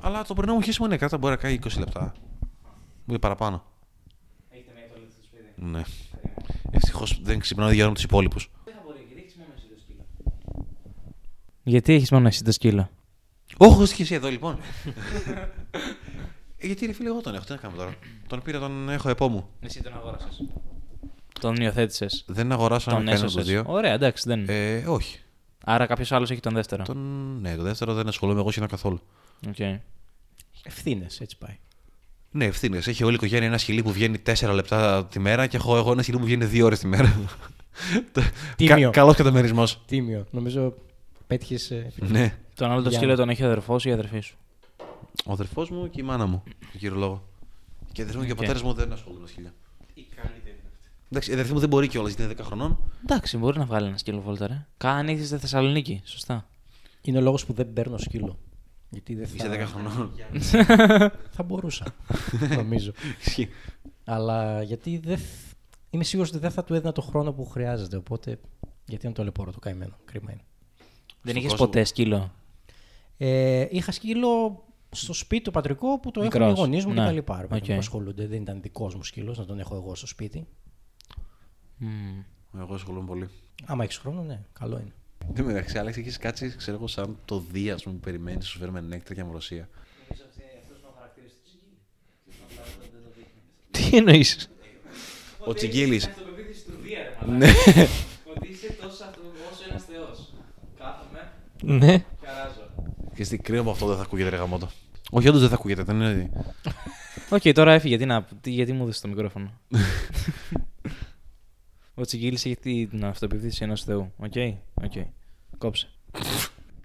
Αλλά το πρωινό μου χέσιμο είναι κάτω, μπορεί να κάνει 20 λεπτά. Μου παραπάνω.
Έχετε μια τουαλέτα στο σπίτι.
Ναι. Ευτυχώς δεν ξυπνάω δύο ώρα με τους υπόλοιπους.
Δεν θα μπορεί, γιατί έχεις μόνο εσύ το σκύλο. Γιατί έχεις μόνο εσύ το σκύλο.
Όχι, είσαι και εσύ εδώ λοιπόν. Ε, Γιατί ρε φίλε, εγώ τον έχω, τι να κάνω τώρα. Τον πήρα, τον έχω επό μου.
Εσύ τον αγόρασες. Τον υιοθέτησες.
Δεν αγοράσω
Τον
έναν κανένα από
έσωσε.
του δύο.
Ωραία, εντάξει. Δεν...
Ε, όχι.
Άρα κάποιος άλλος έχει τον δεύτερο.
Τον... Ναι, το δεύτερο δεν ασχολούμαι εγώ σχεδόν καθόλου.
Okay.
Ευθύνες, έτσι πάει.
Ναι, ευθύνες. Έχει όλη η οικογένεια ένα σκυλί που βγαίνει 4 λεπτά τη μέρα και έχω εγώ ένα σκυλί που βγαίνει 2 ώρες τη μέρα.
Τίμιο.
Καλός καταμερισμός.
Τίμιο. Νομίζω ε, πέτυχε.
Ναι.
Τον άλλο το
Για
σκύλο
να-
τον έχει ο αδερφός ή η αδερφή σου.
Ο αδερφός μου και η μάνα μου. Για κύριο λόγο. Και αδερφό μου και ο
Οκ.
πατέρας μου δεν ασχολούνται με σκυλιά. Εντάξει, η αδερφή μου δεν μπορεί κιόλας γιατί είναι 10 χρονών.
Εντάξει, μπορεί να βγάλει ένα σκύλο βόλτα, ρε. Καν ήρθε στη Θεσσαλονίκη. Σωστά.
Είναι ο λόγος που δεν παίρνω σκύλο. Γιατί δεν
Είσαι 10
θα,
χρονών.
θα μπορούσα, νομίζω.
Ισχύει.
Αλλά γιατί δεν. θ- Είμαι σίγουρος ότι δεν θα του έδινα το χρόνο που χρειάζεται. Οπότε γιατί να το λεπορώ το καημένο. Κρίμα είναι.
Δεν είχες
κόσμο.
ποτέ σκύλο.
Ε, είχα σκύλο στο σπίτι το πατρικό που το έχουν
Μικρός.
οι γονείς μου
Ναι.
και τα λοιπά. ρε παιδί μου,
Οκ.
που ασχολούνται. Δεν ήταν δικός μου σκύλος να τον έχω εγώ στο σπίτι.
Μμμ.
Εγώ ασχολούμαι πολύ.
Άμα έχεις χρόνο, ναι, καλό είναι.
Δεν μεταξύ, Άλεξ, έχεις κάτσει, ξέρω εγώ, σαν το Δία που περιμένεις, σου φέρουμε νέκτρα και αμορφωσία.
Τι εννοείς.
Ο Τσιγκίλη.
αυτοπεποίθηση του Δία, ρε
Ναι.
Ότι είσαι τόσος αυτό όσο ένας θεός. Κάθομαι
ναι.
και αράζω.
Και στην κρύο μου αυτό δεν θα ακούγεται ρε γαμότο. Όχι, όντως δεν θα ακούγεται. Δεν είναι.
Οκ, τώρα έφυγε. Τι να, τι- γιατί μου έδωσες το μικρόφωνο. Ο Τσιγκίλη έχει τη- την αυτοπεποίθηση ενός Θεού. Οκ, οκ. Κόψε.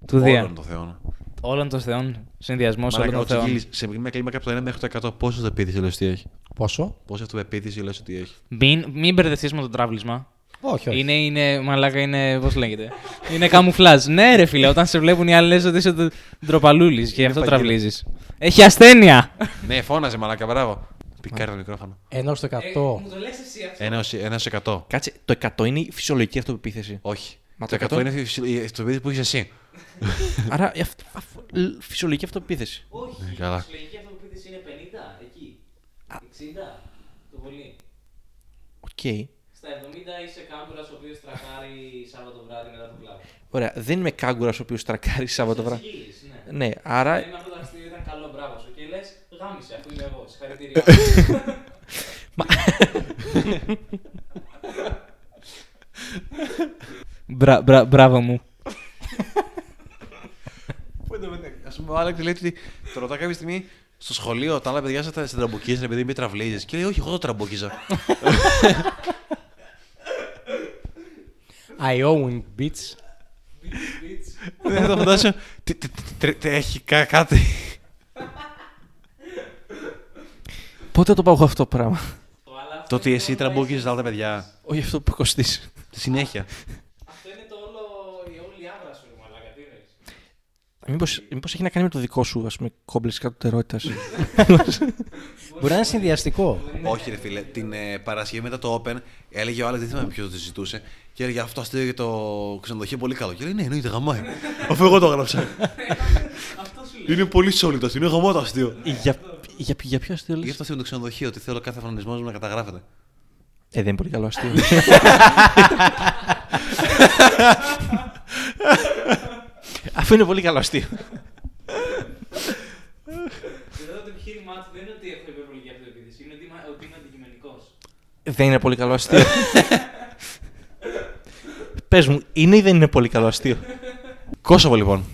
του Δία.
Όλων των θεών.
Όλων των Θεών. Συνδυασμός όλων
Μαλάκα,
των
ο
Θεών.
Τσιγκίλης, σε μια κλίμακα από το 1 μέχρι το 100, πόσος αυτοπεποίθηση λες ότι έχει.
Πόσο?
Πόση αυτοπεποίθηση λες ότι έχει.
Μην, μην μπερδευτείς με το τραύλισμα.
Όχι, όχι.
Είναι, είναι, μαλάκα, είναι, πώς λέγεται. είναι καμουφλάζ. ναι, ρε φίλε, όταν σε βλέπουν οι άλλοι λες ότι είσαι ντροπαλούλης και αυτό
παγίδα.
τραυλίζεις. Έχει ασθένεια!
ναι, φώναζε μαλάκα, μπράβο. Πικάρει το μικρόφωνο.
Ένα στο 100.
Ε, το λες εσύ αυτό.
Ένα ως- ένα σε 100.
Κάτσε, το 100 είναι η φυσιολογική αυτοπεποίθηση.
Όχι.
Μα
το
το
100 είναι η αυτοπεποίθηση που έχεις εσύ.
Άρα η αυτο- αφο- λ- φυσιολογική αυτοπεποίθηση.
Όχι,
Ναι, καλά.
η συλλογική αυτοποίθηση είναι 50, εκεί. 60, το πολύ.
Οκ.
Στα 70 είσαι κάμπουρα ο οποίος τρακάρει Σάββατο βράδυ μετά το κλαμπ.
Ωραία. Δεν είμαι κάγκουρας ο οποίος τρακάρει Σάββατο βράδυ.
Τσιγκίλης, ναι.
Ναι,
Αν
άρα.
είναι αυτό το αστείο, ήταν καλό, μπράβο σου. Και λες, γάμισε, αφού είμαι εγώ. Συγχαρητήρια. μπράβο μου.
ο Άλεξ λέει ότι το ρωτά κάποια στιγμή στο σχολείο τα άλλα παιδιά σα τα τραμπουκίζαν επειδή με τραυλίζει. Και λέει, Όχι, εγώ το τραμπούκιζα.
I own bitch.
Δεν θα το φαντάσω. Τι- τι- τι- τρε- τε- Έχει κα- κάτι.
Πότε θα το πάω εγώ αυτό το πράγμα.
Το ότι εσύ τραμπούκιζες τα άλλα παιδιά.
Όχι αυτό που κοστίσει.
Στη συνέχεια.
Αυτό είναι το όλο, η όλη άβρα σου, μαλάκα, τι είναι.
Μήπως, μήπως έχει να κάνει με το δικό σου, ας πούμε, κόμπλεξ κατωτερότητας.
Μπορεί να είναι συνδυαστικό.
Όχι, ρε φίλε. Την ε, Παρασκευή μετά το Open έλεγε ο άλλος, δεν θυμάμαι ποιος το συζητούσε. Και έλεγε αυτό αστείο για το ξενοδοχείο πολύ καλό. Και λέει Ναι, εννοείται γαμάει. Αφού εγώ το έγραψα. Είναι πολύ σόλιτο αστείο. Είναι γαμό το αστείο.
για, για, για ποιο αστείο
Γι'
λες?
αυτό θέλω το ξενοδοχείο, ότι θέλω κάθε φρονισμό μου να καταγράφεται.
Ε, δεν είναι πολύ καλό αστείο. Αφού είναι πολύ καλό αστείο.
Εδώ το επιχείρημά του δεν είναι ότι έχω υπερβολική αυτοεπίθεση, είναι ότι είμαι- ότι είμαι αντικειμενικός.
Δεν είναι πολύ καλό αστείο. Πες μου, είναι ή δεν είναι πολύ καλό αστείο.
Κόσοβο λοιπόν.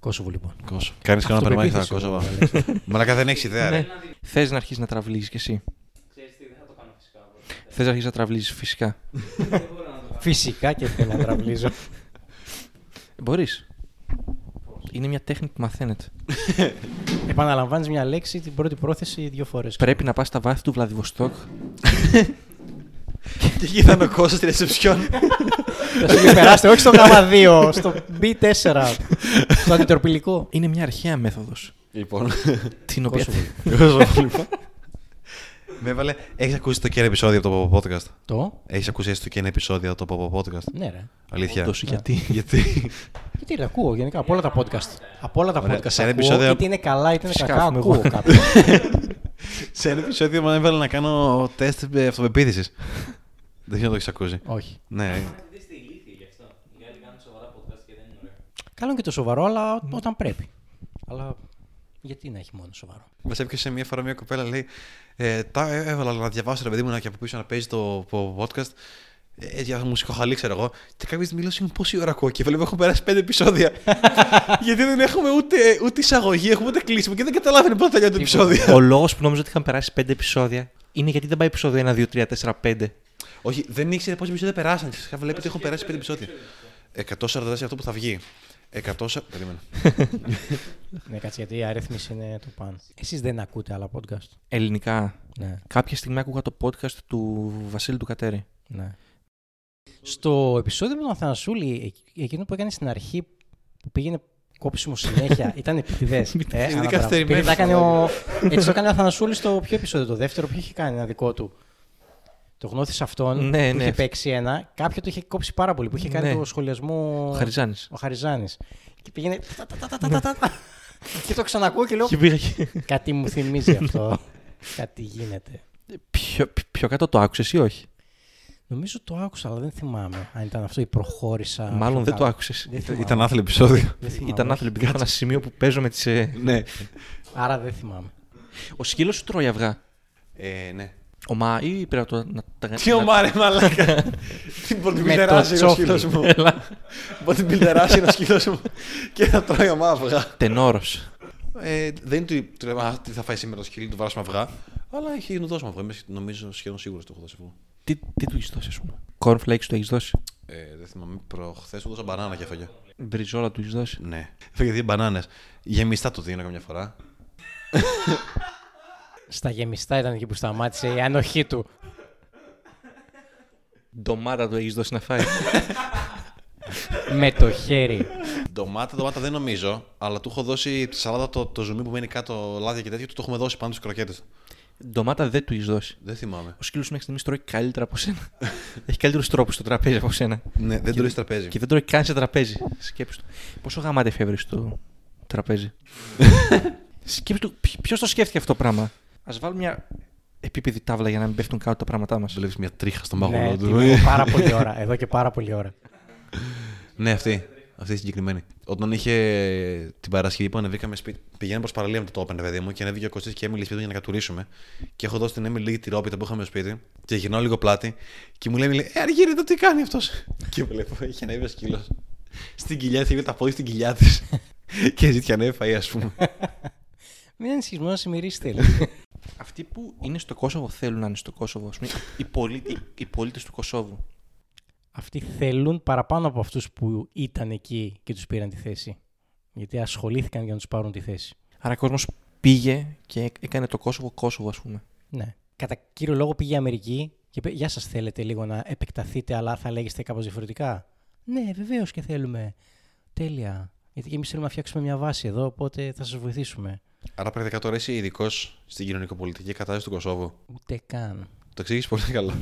Κόσοβο λοιπόν.
Κόσοβο. Κάνει κανένα περνάει στα Κόσοβα. Μαλάκα δεν έχεις ιδέα,
Ναι.
ρε.
Θες να αρχίσεις να τραβλίζεις κι εσύ.
Ξέρεις τι, δεν θα το κάνω φυσικά. από τότε.
Θες να αρχίσεις να τραβλίζεις φυσικά.
Δεν μπορώ να το κάνω.
Φυσικά και θέλω να τραβλίζω.
Μπορείς. Είναι μια τέχνη που μαθαίνεται.
Επαναλαμβάνεις μια λέξη την πρώτη πρόθεση δύο φορές.
Πρέπει να πας στα βάθη του Βλαδιβοστόκ.
Και εκεί θα είναι ο Κώστα στη ρεσεψιόν.
να περάσετε, όχι στο γάμα 2, στο B4. Στο αντιτροπηλικό.
Είναι μια αρχαία μέθοδος.
Λοιπόν.
Την οποία...
Κόσοβο λοιπόν. Με έβαλε. Έχεις ακούσει το κένα επεισόδιο από το Popo Podcast.
Το.
Έχεις ακούσει έστω και ένα επεισόδιο από το Popo Podcast.
Ναι, ρε.
Αλήθεια.
Όντως, γιατί.
γιατί.
Γιατί ρε, ακούω γενικά από όλα τα podcast. Από όλα τα
Ωραία,
podcast.
σε ένα
ακούω,
επεισόδιο-
Είτε είναι καλά είτε είναι
Φυσικά,
κακά.
έχουμε
Ακούω
εγώ.
κάποια.
Σε ένα επεισόδιο μου έβαλε να κάνω τεστ αυτοπεποίθησης. Δεν ξέρω αν το έχεις ακούσει.
Όχι.
Ναι.
Δεν είστε ηλίθιοι γι' αυτό. Οι άλλοι κάνουν σοβαρά podcast και δεν είναι ωραία.
Καλό είναι και το σοβαρό, αλλά όταν πρέπει. Αλλά γιατί να έχει μόνο σοβαρό.
Μας έπιασε μια φορά μια κοπέλα, λέει. Ε, τα έβαλα να διαβάσω ρε παιδί μου να- και από πίσω να παίζει το το podcast. Ε, για μουσικό χαλί, ξέρω εγώ. Και κάποια στιγμή λέω: «Συγγνώμη, πόση ώρα ακούω και βλέπω έχουν περάσει πέντε επεισόδια. Γιατί δεν έχουμε ούτε, ούτε εισαγωγή, έχουμε ούτε κλείσιμο και δεν καταλάβαινε πότε τελειώνει το επεισόδιο.
Ο λόγος που νόμιζα ότι είχαν περάσει 5 επεισόδια είναι γιατί δεν πάει επεισόδιο 1, 2, 3, 4, 5.
Όχι, δεν ήξερε πόσα επεισόδια περάσαν. Ξαφνικά βλέπει ότι έχουν περάσει πέντε επεισόδια. 144 αυτό που θα βγει. 100. Περίμενα.
Ναι, κάτσε γιατί η αρρύθμιση είναι το παν. Εσείς δεν ακούτε άλλα podcast.
Ελληνικά.
Ναι,
Κάποια στιγμή άκουγα το podcast του Βασίλη του Κατέρη.
ναι. Στο επεισόδιο με τον Αθανασούλη, εκ- εκείνο που έκανε στην αρχή που πήγαινε κόψιμο συνέχεια, ήταν επιτηδέ.
Είναι καθυστερημένο.
Έτσι το έκανε ο Αθανασούλης στο ποιο επεισόδιο, το δεύτερο, ποιο είχε κάνει ένα δικό του. Το γνώθησε αυτόν
Ναι,
που
ναι.
είχε παίξει ένα. Κάποιο το είχε κόψει πάρα πολύ που είχε κάνει
Ναι.
το σχολιασμό.
Ο Χαριζάνης.
ο Χαριζάνης. Και πήγαινε. τα, τα, τα, τα, τα, τα, τα. και το ξανακούω και λέω.
Και πήγα και.
Κάτι μου θυμίζει αυτό. Κάτι γίνεται.
Πιο, πιο κάτω το άκουσες ή όχι.
Νομίζω το άκουσα, αλλά δεν θυμάμαι αν ήταν αυτό ή προχώρησα.
Μάλλον
πιο
δεν το
κάτω.
άκουσες.
Δεν θυμάμαι.
Ήταν άθλιο επεισόδιο.
Δεν θυμάμαι,
Ήταν
όχι.
άθλιο, επειδή είχα ένα σημείο που παίζω με τις.
ναι.
Άρα δεν θυμάμαι.
Ο σκύλος σου τρώει αυγά.
Ε, ναι.
Ομά ή πρέπει να το. Να, τα-
Τι
να-
ομάρε μαλάκα. Την πολυπιλτεράζει
Με το
ένα σκύλος μου. Πολυπιλτεράζει ένα σκύλος μου και θα τρώει ομά αυγά.
Τενόρος.
Ε, δεν είναι ότι του λέμε «Α, τι θα φάει σήμερα το σκύλι, του βάζουμε αυγά. Αλλά έχει να δώσουμε αυγά. Είμαι νομίζω σχεδόν σίγουρος το έχω δώσει αυγό.
Τι, τι του έχεις δώσει, ας πούμε. Cornflakes του έχεις δώσει.
Ε, δεν θυμάμαι. Προχθές του δώσα μπανάνα και έφαγε.
Μπριζόλα του έχεις δώσει.
Ναι. Έφαγε δύο μπανάνες. Γεμιστά του δίνω καμιά φορά.
Στα γεμιστά ήταν εκεί που σταμάτησε η ανοχή του.
Ντομάτα του έχεις δώσει να φάει.
με το χέρι.
Ντομάτα, ντομάτα δεν νομίζω, αλλά του έχω δώσει τη σαλάτα το, το ζουμί που μένει κάτω, λάδια και τέτοιο, του το έχουμε δώσει πάνω στου κροκέτες.
Ντομάτα δεν του έχεις δώσει.
Δεν θυμάμαι.
Ο σκύλος μέχρι στιγμής τρώει καλύτερα από σένα. έχει καλύτερους τρόπους στο τραπέζι από σένα.
Ναι, δεν τρώει τραπέζι.
Και δεν τρώει καν σε τραπέζι. Σκέψου του. Πόσο γαμάτε φεύγει στο τραπέζι. Σκέψου του, ποιος το σκέφτηκε αυτό το πράγμα. Ας βάλουμε μια επίπεδη τάβλα για να μην πέφτουν κάτω τα πράγματά μας.
Βλέπεις μια τρίχα στο
ναι,
μάγουλό
την
του.
έχω πάρα πολλή ώρα. Εδώ και πάρα πολλή ώρα.
ναι, αυτή. Αυτή η συγκεκριμένη. Όταν είχε την Παρασκευή που ανεβήκαμε σπίτι, πηγαίναμε προς παραλία με το Open, παιδί μου, και ανέβηκε ο Κωστή και η Έμιλι σπίτι του για να κατουρίσουμε. Και έχω δώσει την Έμιλι λίγη τη ρόπιτα που είχαμε στο σπίτι, και γυρνάω λίγο πλάτη, και μου λέει, λέει Ε, Αργύρι, το τι κάνει αυτός. και βλέπω, είχε ανέβει ο σκύλος. Στην κοιλιά της, είχε τα πόδια στην κοιλιά της. και ζητιανέ φαΐ, ας πούμε.
Μην ανησυχείς, να σε μυρίσει τέλει.
Αυτοί που είναι στο Κόσοβο θέλουν να είναι στο Κόσοβο. Ας πούμε, οι, πολί, οι, οι πολίτες του Κωσόβου.
Αυτοί θέλουν παραπάνω από αυτούς που ήταν εκεί και τους πήραν τη θέση. Γιατί ασχολήθηκαν για να τους πάρουν τη θέση.
Άρα ο κόσμος πήγε και έκανε το Κόσοβο Κόσοβο, ας πούμε.
Ναι. Κατά κύριο λόγο πήγε η Αμερική και είπε: Γεια σας, θέλετε λίγο να επεκταθείτε, αλλά θα λέγεστε κάπως διαφορετικά. Ναι, βεβαίως και θέλουμε. Τέλεια. Γιατί και εμείς θέλουμε να φτιάξουμε μια βάση εδώ, οπότε θα σας βοηθήσουμε.
Άρα πρακτικά τώρα είσαι ειδικός στην κοινωνικοπολιτική κατάσταση του Κωσόβου.
Ούτε καν.
Το εξήγησες πολύ καλά.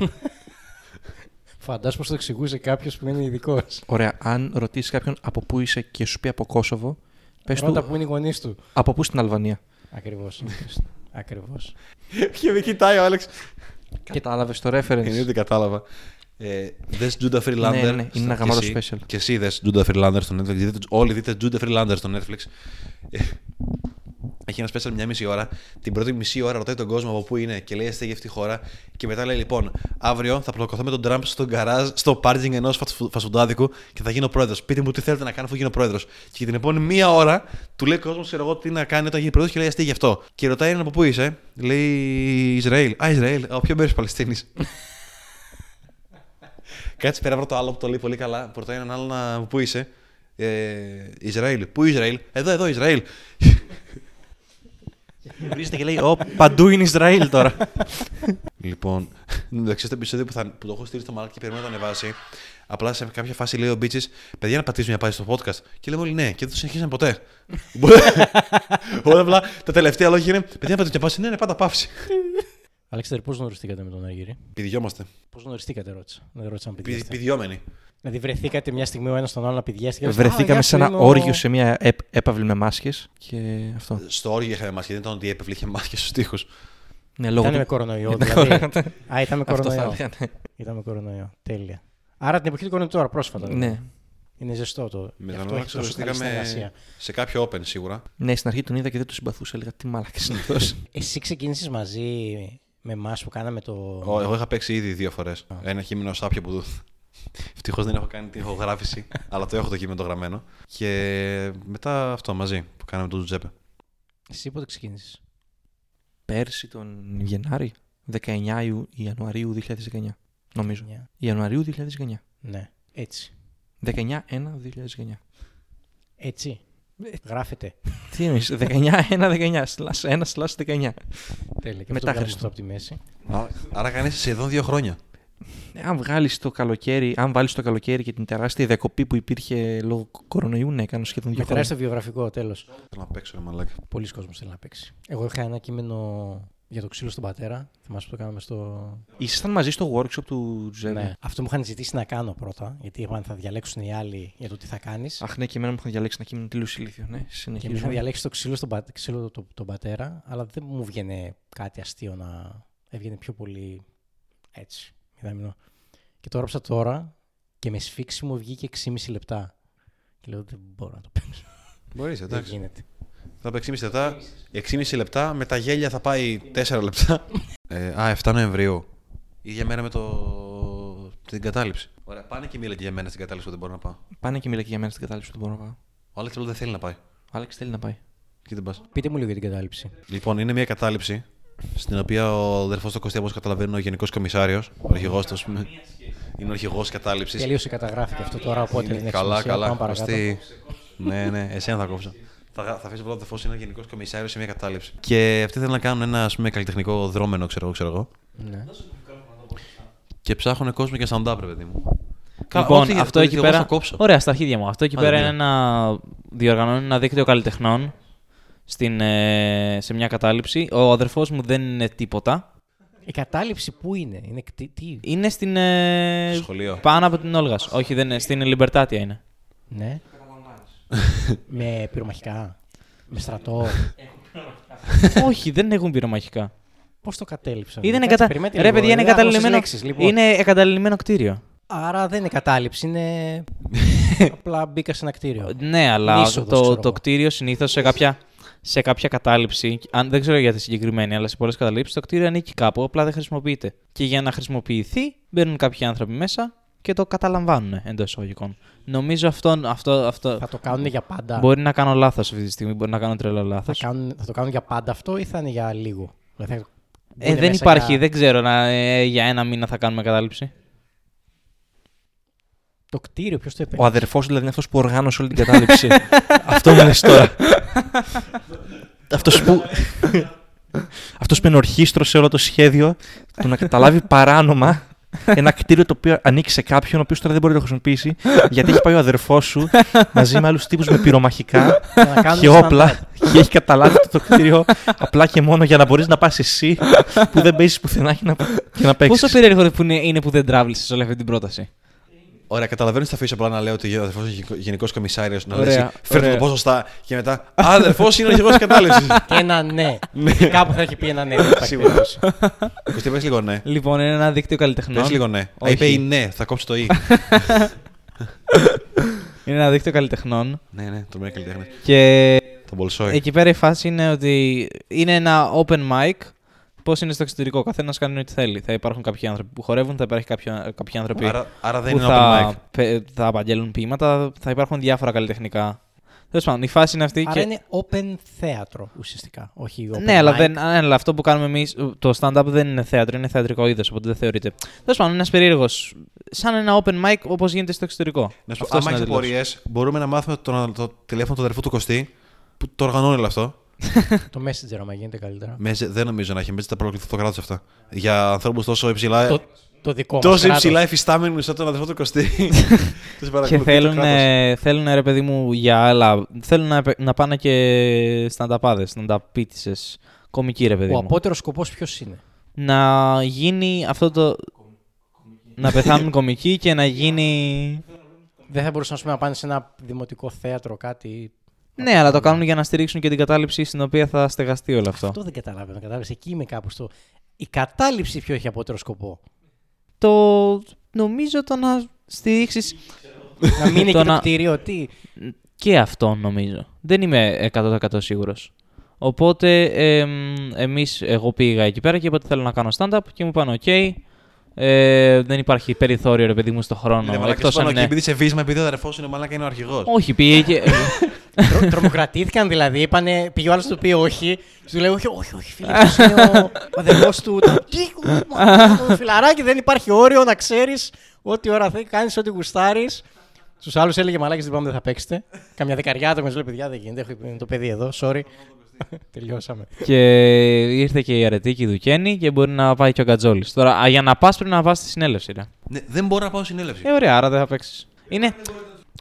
Φαντάζομαι πως το εξηγούσε κάποιος που δεν είναι ειδικός.
Ωραία, αν ρωτήσεις κάποιον από πού είσαι και σου πει από Κόσοβο, πες του
Πρώτα που είναι οι γονείς του. Ναι.
από πού στην Αλβανία.
Ακριβώς. Ακριβώς.
και με κοιτάει ο Άλεξ.
Κατάλαβες το reference.
Είναι ότι κατάλαβα. Ε, δες Τζούντα Freelander.
Ναι, ναι, είναι
στα-
ένα γαμάτο
και εσύ-
special.
Και εσύ δες Τζούντα Freelander στο Netflix. Δείτε, όλοι δείτε Τζούντα Freelander στο Netflix. Ε, Έχει ένα special μια μισή ώρα. Την πρώτη μισή ώρα ρωτάει τον κόσμο από πού είναι και λέει Είστε για αυτή τη χώρα. Και μετά λέει: Λοιπόν, αύριο θα πλοκωθώ με τον Τραμπ στο γκαράζ, στο πάρτζινγκ ενό φασουντάδικου και θα γίνω πρόεδρος. Πείτε μου τι θέλετε να κάνω αφού γίνω πρόεδρος. Και την επόμενη μία ώρα του λέει ο κόσμος, ξέρω εγώ, τι να κάνει όταν γίνει πρόεδρος και λέει Αστεί γι' αυτό. Και ρωτάει έναν από πού είσαι. Λέει Ισραήλ. Α, Ισραήλ. Από ποιο μέρος Παλαιστίνης. Κάτσε πέρα βρω το άλλο που το λέει πολύ καλά. Που ρωτάει έναν άλλο να πού είσαι. Ε, Ισραήλ. Πού Ισραήλ. Εδώ, εδώ, Ισραήλ.
Βρίσκεται και λέει: Ω, παντού είναι Ισραήλ τώρα.
λοιπόν, εντάξει, στο επεισόδιο που, θα, που το έχω στείλει στο μαλάκι και περιμένω να το ανεβάσει, απλά σε κάποια φάση λέει ο Μπίτσης, παιδιά να πατήσουμε μια πάση στο podcast. Και λέμε όλοι ναι, και δεν το συνεχίσαμε ποτέ. Όλα απλά τα τελευταία λόγια είναι, παιδιά να πατήσουμε μια πάση. Ναι, ναι, πάντα παύση.
Αλέξανδρε, πώς γνωριστήκατε με τον Αργύρι.
Πηδιόμαστε.
Πώς γνωριστήκατε, ρώτησα. Δεν ρώτησα αν
Πη-
πηδιάστε.
Πηδιόμενοι.
Δηλαδή, βρεθήκατε μια στιγμή ο ένας τον άλλο να πηδιάστηκε.
Ε, Βρεθήκαμε σε ένα όργιο σε μια επ, έπαυλη με μάσκες και αυτό.
Στο όργιο είχαμε μάσκες, δεν ήταν ότι έπευλε, είχε μάσκες στους τοίχους.
Ναι,
Ήταν
λόγω
με
του.
κορονοϊό.
Ήταν
δηλαδή.
Ναι, κορονοϊό.
Α, ήταν με
Αυτό θα ναι.
κορονοϊό.
λέγανε.
Ήταν με κορονοϊό. Τέλεια. Άρα την εποχή του κορονοϊού τώρα, πρόσφατα. δηλαδή.
Ναι.
Είναι ζεστό το.
Με
γι'
τον
αυτό έχει
Αλέξανδρο
τόσο καλή
βρεθήκαμε
συνεργασία.
σε κάποιο open σίγουρα.
Ναι, στην αρχή τον είδα και δεν τον συμπαθούσα. Έλεγα τι μάλακα είναι αυτός».
Εσύ ξεκίνησες μαζί με εμάς που κάναμε το.
Ω, Εγώ είχα παίξει ήδη δύο φορές. Ένα κείμενο σάπιο που. Ευτυχώς δεν έχω κάνει την ηχογράφηση, αλλά το έχω το κείμενο το γραμμένο. Και μετά αυτό μαζί που κάναμε τον Τζέπε.
Εσύ πότε ξεκίνησες.
Πέρσι τον Γενάρη, 19 Ιου- Ιανουαρίου 2019. Νομίζω. Ιανουαρίου 2019.
Ναι. Έτσι.
19-1-2019.
Έτσι. Γράφεται.
Τι εννοείς, 19-1-19, slash 1 slash 19.
Τέλεια.
Μετά
Και αυτό το γράφουμε
Χριστό.
αυτό από τη μέση.
Άρα- Άρα κάνει σχεδόν δύο χρόνια.
Ε, Αν βγάλεις το καλοκαίρι, αν βάλεις το καλοκαίρι και την τεράστια διακοπή που υπήρχε λόγω κορονοϊού, ναι, κάνω σχεδόν δύο
Με
χρόνια.
τεράστιο βιογραφικό τέλος.
Θέλω να παίξω, ρε μαλάκα.
Πολλοί κόσμοι θέλουν να παίξει. Εγώ είχα ένα κείμενο για το ξύλο στον πατέρα. Θυμάσαι που το κάναμε στο.
Ήσασταν μαζί στο workshop του Τζέβι.
Ναι. Αυτό μου είχαν ζητήσει να κάνω πρώτα. Γιατί είπαν θα διαλέξουν οι άλλοι για το τι θα κάνεις.
Αχ, ναι, και εμένα μου είχαν διαλέξει ένα κείμενο τελείω ηλίθιο. Ναι,
Και μου είχα
συνεχίζουμε.
διαλέξει το ξύλο, στον πα... ξύλο το, το- τον πατέρα, αλλά δεν μου βγαίνει κάτι αστείο να έβγαινε πιο πολύ έτσι, μηδαμινό. Και το έγραψα τώρα και με σφίξη μου βγήκε 6,5 λεπτά. Και λέω δεν μπορώ να το παίξω.
Μπορείς,
δεν
εντάξει.
γίνεται.
Θα παίξει 6,5 λεπτά. 6,5 λεπτά με τα γέλια θα πάει 4 λεπτά. Ε, α, 7 Νοεμβρίου. ίδια μέρα με το... την κατάληψη. Ωραία, πάνε και μίλα και για μένα στην κατάληψη που δεν μπορώ να πάω.
Πάνε και μιλά και για μένα στην κατάληψη του μπορώ να πάω.
Ο Άλεξ λέει, δεν θέλει να πάει.
Ο Άλεξ θέλει να πάει.
Και δεν πας.
Πείτε μου λίγο για την κατάληψη.
Λοιπόν, είναι μια κατάληψη στην οποία ο αδερφός του Κωστή, όπως καταλαβαίνω, είναι ο Γενικός Κομισάριος, ο αρχηγός του. ας πούμε. Είναι ο αρχηγός κατάληψης.
Τελείωσε καταγράφηκε αυτό τώρα, οπότε δεν έχει
Καλά,
σημασία.
καλά.
Πάμε παρακάτω.
Κωστή. ναι, ναι, εσένα θα κόψω. Θα, θα αφήσω πρώτα το φως, είναι ο Γενικό Κομισάριο σε μια κατάληψη. Και αυτοί θέλουν να κάνουν ένα ας πούμε, καλλιτεχνικό δρόμενο, ξέρω, εγώ, ξέρω εγώ.
Ναι.
Και ψάχνουν κόσμο για stand-up, ρε παιδί μου. Καλά,
Λοιπόν,
ό,τι-
αυτό
ό,τι
εκεί
εγώ
πέρα.
Θα κόψω.
Ωραία, στα αρχίδια μου. Αυτό εκεί
Άντε,
πέρα
ναι.
είναι ένα. Διοργανώνει ένα δίκτυο καλλιτεχνών στην, ε, σε μια κατάληψη. Ο αδερφός μου δεν είναι τίποτα.
Η κατάληψη πού είναι, είναι τι. τι-
Είναι στην. ε,
Στο σχολείο.
Πάνω από την Όλγας. Όχι, δεν είναι. Στην Λιμπερτάτια είναι.
Ναι. με πυρομαχικά. Με στρατό.
Όχι, δεν έχουν πυρομαχικά.
Πώς το κατέληψαν.
Ή δεν είναι
Κάτσε,
κατα...
περιμένετε
Ρε,
λίγο,
παιδιά, είναι
δεν άκουσα τις
εγκαταλελειμμένο...
λέξεις, λοιπόν.
είναι εγκαταλελειμμένο κτίριο.
Άρα δεν είναι κατάληψη, είναι. Απλά μπήκα σε ένα κτίριο.
Ναι, αλλά
Είσοδος, ξέρω
το,
εγώ.
το κτίριο συνήθως σε κάποια, σε κάποια κατάληψη, αν, δεν ξέρω για τη συγκεκριμένη, αλλά σε πολλές καταλήψει, το κτίριο ανήκει κάπου, απλά δεν χρησιμοποιείται. Και για να χρησιμοποιηθεί, μπαίνουν κάποιοι άνθρωποι μέσα και το καταλαμβάνουν εντός εισαγωγικών. Νομίζω αυτό. αυτό, αυτό
Θα το κάνουν για πάντα.
Μπορεί να κάνω λάθος αυτή τη στιγμή, μπορεί να κάνω τρελό λάθος.
Θα, κάνουν, θα το κάνουν για πάντα αυτό ή θα είναι για λίγο. Δηλαδή θα
Ε,
μπουν
δεν
μέσα
υπάρχει,
για-
δεν ξέρω να, ε, για ένα μήνα θα κάνουμε κατάληψη.
Το κτίριο, ποιος το είπε.
Ο αδερφός δηλαδή είναι αυτός που οργάνωσε όλη την κατάληψη. αυτό μου λες τώρα. αυτός που. αυτός που ενορχίστρωσε όλο το σχέδιο του να καταλάβει παράνομα ένα κτίριο το οποίο ανήκει σε κάποιον ο οποίος τώρα δεν μπορεί να το χρησιμοποιήσει γιατί έχει πάει ο αδερφός σου μαζί με άλλους τύπους με πυρομαχικά
Για να κάνουν
και
stand-up.
όπλα και έχει καταλάβει ότι το κτίριο απλά και μόνο για να μπορείς να πας εσύ που δεν παίζεις πουθενά και να, και να παίξει.
Πόσο περίεργο που είναι, είναι που δεν τράβλησε όλη αυτή την πρόταση.
Ωραία, καταλαβαίνω ότι θα αφήσω απλά να λέω ότι ο αδερφός είναι γενικό κομισάριος. Να
Ωραία,
λέει φέρτε
ωραία.
το ποσοστά και μετά. Αδερφός είναι ο γενικό κατάληψη.
Και ένα ναι. Κάπου θα έχει πει ένα ναι. δεν υπάρχει
Σίγουρα.
περίπτωση.
Κωστή, πες λίγο ναι.
Λοιπόν, είναι ένα δίκτυο καλλιτεχνών.
Πες λίγο ναι. Α,
Όχι.
Είπε η ναι, θα κόψω το ή.
Είναι ένα δίκτυο καλλιτεχνών.
Ναι, ναι, το μέγα καλλιτέχνη.
Και
Το Μπολσόι.
Εκεί πέρα η φάση είναι ότι είναι ένα open mic. Πώς είναι στο εξωτερικό, καθένας κάνει ό,τι θέλει. Θα υπάρχουν κάποιοι άνθρωποι που χορεύουν, θα υπάρχει κάποιο- κάποιοι άνθρωποι
Άρα, άρα δεν
που
είναι open mic.
θα, πε- θα απαγγέλνουν ποίηματα, θα υπάρχουν διάφορα καλλιτεχνικά. Τέλος πάντων, η φάση είναι αυτή.
Άρα
και...
είναι open θέατρο ουσιαστικά. Όχι open
ναι, αλλά,
mic.
δεν, ναι, αλλά αυτό που κάνουμε εμείς, το stand-up δεν είναι θέατρο, είναι θεατρικό είδος, οπότε δεν θεωρείται. Τέλος πάντων, ένας περίεργος. Σαν ένα open mic όπως γίνεται στο εξωτερικό.
Να σου πω,
Αυτός
άμα
είναι
έχει
ο τελείος.
απορίες, μπορούμε να μάθουμε το, το τηλέφωνο του αδερφού του Κωστή που το οργανώνει όλο αυτό.
Το messenger, άμα γίνεται καλύτερα.
Μέσα, δεν νομίζω να έχει μέσα, τα προκληθεί το κράτο αυτά. Για ανθρώπους τόσο υψηλά.
Το, το δικό μας
τόσο
κράτος.
υψηλά υφιστάμενου σαν τον αδερφό του Κωστή. Τους
Και
παρακολουθεί το
θέλουν,
κράτος.
ε, θέλουν, ρε παιδί μου, για άλλα. Θέλουν να, επε- να πάνε και stand-upάδες, stand-upίτησε. Κομική, ρε παιδί
Ο
μου.
απότερος σκοπός ποιος είναι.
Να γίνει αυτό το. να πεθάνουν κομικοί και να γίνει.
Δεν θα μπορούσαν ας πούμε, να πάνε σε ένα δημοτικό θέατρο κάτι.
ναι, αλλά το κάνουν για να στηρίξουν και την κατάληψη στην οποία θα στεγαστεί όλο αυτό.
Αυτό δεν καταλαβαίνω. Κατάλαβες. Εκεί είμαι κάπου στο. Η κατάληψη ποιο έχει απότερο σκοπό.
Το. νομίζω το να στηρίξεις.
να μην είναι
Το
εκεί το
να-
κτίριο, τι.
και αυτό νομίζω. Δεν είμαι 100% σίγουρος. Οπότε εμ, εμείς, εγώ πήγα εκεί πέρα και είπα ότι θέλω να κάνω stand-up και μου είπαν οκ. ε, δεν υπάρχει περιθώριο ρε παιδί μου στο χρόνο.
Ναι, μαλάκα,
εκτός
σου
αν
πάνω και
είναι...
επειδή σε βίσμα, επειδή ο αδερφός είναι μαλάκα είναι ο αρχηγός.
Όχι, πήγε και...
Τρο- τρομοκρατήθηκαν δηλαδή. Είπανε, πήγε ο άλλος του πει όχι. Του λέει όχι, όχι, όχι φίλε. αυτός είναι ο αδερφός του. Τι, μα, το φιλαράκι, δεν υπάρχει όριο να ξέρεις ό,τι ώρα θέλει, κάνεις ό,τι γουστάρεις. Στου άλλους έλεγε μαλάκι δεν πάμε, δεν θα παίξετε. Καμιά δεκαριά άτομα τους λέει παιδιά δεν γίνεται, έχω- είναι το παιδί εδώ, sorry. Τελειώσαμε.
και ήρθε και η Αρετή και η Δουκένη και μπορεί να πάει και ο Γκατζόλης. Τώρα, α, για να πας πρέπει να πας στη συνέλευση, ρε.
Ναι, δεν μπορώ να πάω συνέλευση.
Ε, ωραία, άρα δεν θα παίξεις. Είναι.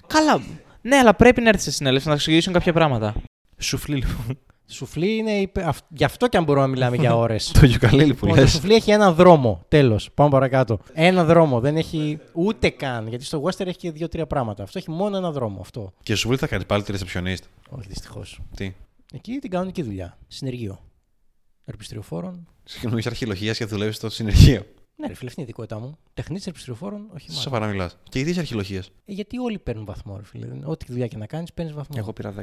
Καλά. Ναι, αλλά πρέπει να έρθεις στη συνέλευση να σου εξηγήσουν κάποια πράγματα.
Σουφλί λοιπόν.
Σουφλί είναι. υπε- αυ- Γι' αυτό και αν μπορούμε να μιλάμε για ώρες.
Το γιουκαλέλι που
Λοιπόν, το σουφλί έχει ένα δρόμο. Τέλος. Πάμε παρακάτω. Ένα δρόμο. Δεν έχει ούτε καν. Γιατί στο Western έχει και δύο-τρία πράγματα. Αυτό έχει μόνο ένα δρόμο. Αυτό.
Και σου λέει θα κάνει πάλι τη receptionist.
Όχι δυστυχώς.
Τι.
Εκεί την κανονική δουλειά. Συνεργείο. Ερπιστριοφόρων.
Συγγνώμη, είσαι αρχιλογία και δουλεύεις στο συνεργείο.
Ναι, ρε φίλε, αυτή είναι η ειδικότητά μου. Τεχνίτης ερπιστριοφόρων, όχι
Σε
μάλλον.
σοβαρά μιλάς. Και γιατί είσαι αρχιλογία.
Ε, γιατί όλοι παίρνουν βαθμό, ρε φίλε. Ό,τι δουλειά και να κάνεις, παίρνεις βαθμό.
Εγώ πήρα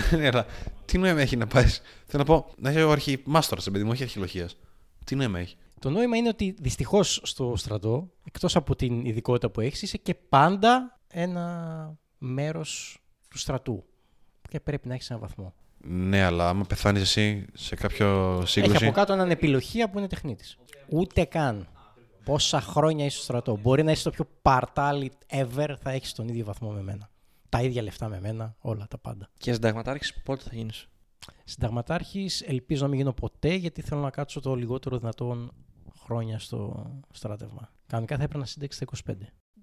10.
Ναι, αλλά τι νόημα έχει να πάει. Θέλω να πω, να είσαι ο αρχιμάστορα, παιδί μου, όχι αρχιλογία. Τι νόημα έχει.
Το νόημα είναι ότι δυστυχώς στο στρατό, εκτός από την ειδικότητα που έχεις, είσαι και πάντα ένα μέρος του στρατού. Και πρέπει να έχεις έναν βαθμό.
Ναι, αλλά άμα πεθάνεις εσύ σε κάποιο
Έχει
σύγκρουση.
από κάτω έναν επιλογία που είναι τεχνίτης. Ούτε καν. Πόσα χρόνια είσαι στο στρατό. Μπορεί να είσαι το πιο παρτάλι ever, θα έχεις τον ίδιο βαθμό με μένα. Τα ίδια λεφτά με μένα, όλα τα πάντα.
Και συνταγματάρχης πότε θα γίνεις.
Συνταγματάρχης, ελπίζω να μην γίνω ποτέ γιατί θέλω να κάτσω το λιγότερο δυνατόν χρόνια στο στράτευμα. Κανονικά θα έπαιρνα σύνταξη στα 25.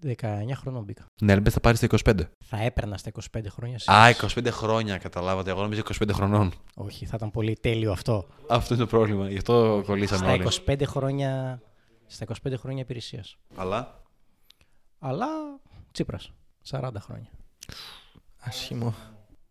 19 χρόνων μπήκα.
Ναι, αλλά θα πάρεις τα 25.
Θα έπαιρνα στα 25 χρόνια.
Α,
σύνταξη.
25 χρόνια καταλάβατε. Εγώ νομίζω 25 χρονών.
Όχι, θα ήταν πολύ τέλειο αυτό.
Αυτό είναι το πρόβλημα. Γι' αυτό κολλήσαμε
Στα
όλοι.
25 χρόνια, στα 25 χρόνια υπηρεσίας.
Αλλά.
Αλλά Τσίπρας. 40 χρόνια.
Ασχημό.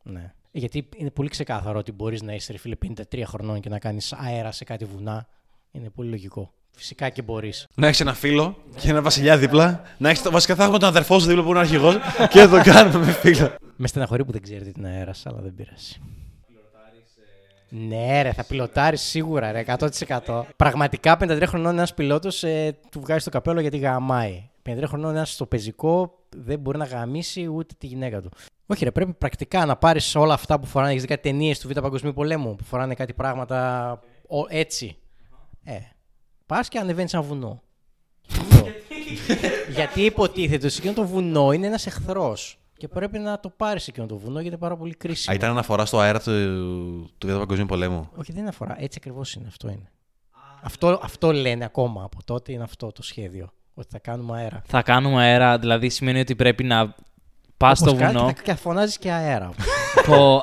Ναι. Γιατί είναι πολύ ξεκάθαρο ότι μπορείς να είσαι ρε φίλε 53 χρονών και να κάνεις αέρα σε κάτι βουνά. Είναι πολύ λογικό. Φυσικά και μπορείς.
Να έχεις ένα φίλο και ένα βασιλιά δίπλα. Να έχεις... το- Βασικά θα έχουμε τον αδερφό σου δίπλα που είναι αρχηγός και θα τον κάνουμε με φίλο.
Με στεναχωρεί που δεν ξέρετε την αέρας, αλλά δεν πειράζει. Ναι, ρε, θα πιλωτάρεις σίγουρα, ρε, 100%. Πραγματικά 53 χρονών ένας πιλότος ε, του βγάζει το καπέλο γιατί γαμάει. 53 χρονών ένας στο πεζικό δεν μπορεί να γαμίσει ούτε τη γυναίκα του. Όχι, ρε, πρέπει πρακτικά να πάρεις όλα αυτά που φοράνε. Έχεις δει κάτι ταινίες του Β' Παγκοσμίου Πολέμου που φοράνε κάτι πράγματα ο- έτσι. Ε, πας και ανεβαίνεις ένα βουνό. Αυτό. γιατί υποτίθεται ότι σε εκείνο το βουνό είναι ένας εχθρός. Και πρέπει να το πάρεις εκείνο το βουνό γιατί είναι πάρα πολύ κρίσιμο.
Α, ήταν αναφορά στο αέρα του, του Β' Παγκοσμίου Πολέμου.
Όχι, δεν είναι αφορά. Έτσι ακριβώς είναι. Αυτό είναι. Αυτό, αυτό λένε ακόμα από τότε είναι αυτό το σχέδιο. Ότι θα κάνουμε αέρα.
Θα κάνουμε αέρα, δηλαδή σημαίνει ότι πρέπει να πας στο
Όπως κάνει
βουνό.
Και, θα- και φωνάζεις και αέρα.
Πω,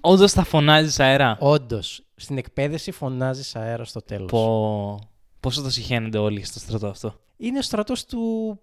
Όντως θα φωνάζεις αέρα.
Όντως, στην εκπαίδευση φωνάζεις αέρα στο τέλος.
Πω. Πόσο το συχαίνονται όλοι στο στρατό αυτό.
Είναι ο στρατός του.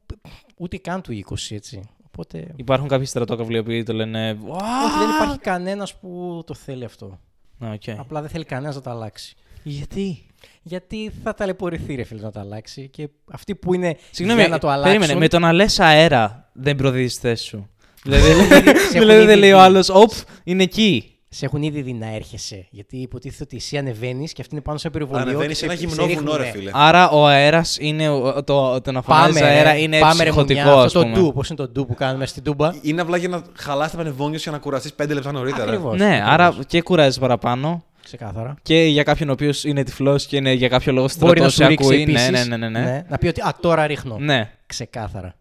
ούτε καν του 20, έτσι. Οπότε.
Υπάρχουν κάποιοι στρατόκαυλοι που το λένε. «Ουα!»
Όχι, δεν υπάρχει κανένας που το θέλει αυτό.
Να, οκ.
Απλά δεν θέλει κανένας να το αλλάξει.
Ε. Γιατί.
Γιατί θα ταλαιπωρηθεί, ρε φίλε, να το αλλάξει. Και αυτοί που είναι.
Συγγνώμη,
για να το αλλάξουν.
περίμενε. Με το να λες αέρα δεν προδίδει θέση σου. δηλαδή,
έχουν
δηλαδή
ήδη
δεν λέει ο
δει.
άλλος, Οπ, είναι εκεί.
Σε έχουν ήδη δει να έρχεσαι. Γιατί υποτίθεται ότι εσύ ανεβαίνεις και αυτή είναι πάνω σε περιβολή.
Ανεβαίνεις σε ένα γυμνό βουνό, ρε φίλε.
Άρα ο αέρας είναι. ο- Το, το να φωνάζεις
Πάμε,
αέρα
ρε,
είναι
πάμε, ρε,
ψυχοτικό,
μουνιά.
ας
Αυτό το ντου,
πούμε.
πώς είναι το ντου που κάνουμε στην τούμπα.
Είναι απλά για να χαλάσει τα πανεβόνιο και να κουραστείς 5 λεπτά νωρίτερα.
Ακριβώς.
Ναι, άρα και κουράζεις παραπάνω.
Ξεκάθαρα.
Και για κάποιον ο οποίος είναι τυφλός και είναι για κάποιο λόγο στρατό,
Μπορεί να
σε
σου ρίξει
ακούει.
επίσης.
ναι, ναι, ναι, ναι. ναι.
Να πει ότι α, τώρα ρίχνω.
ναι.
Ξεκάθαρα.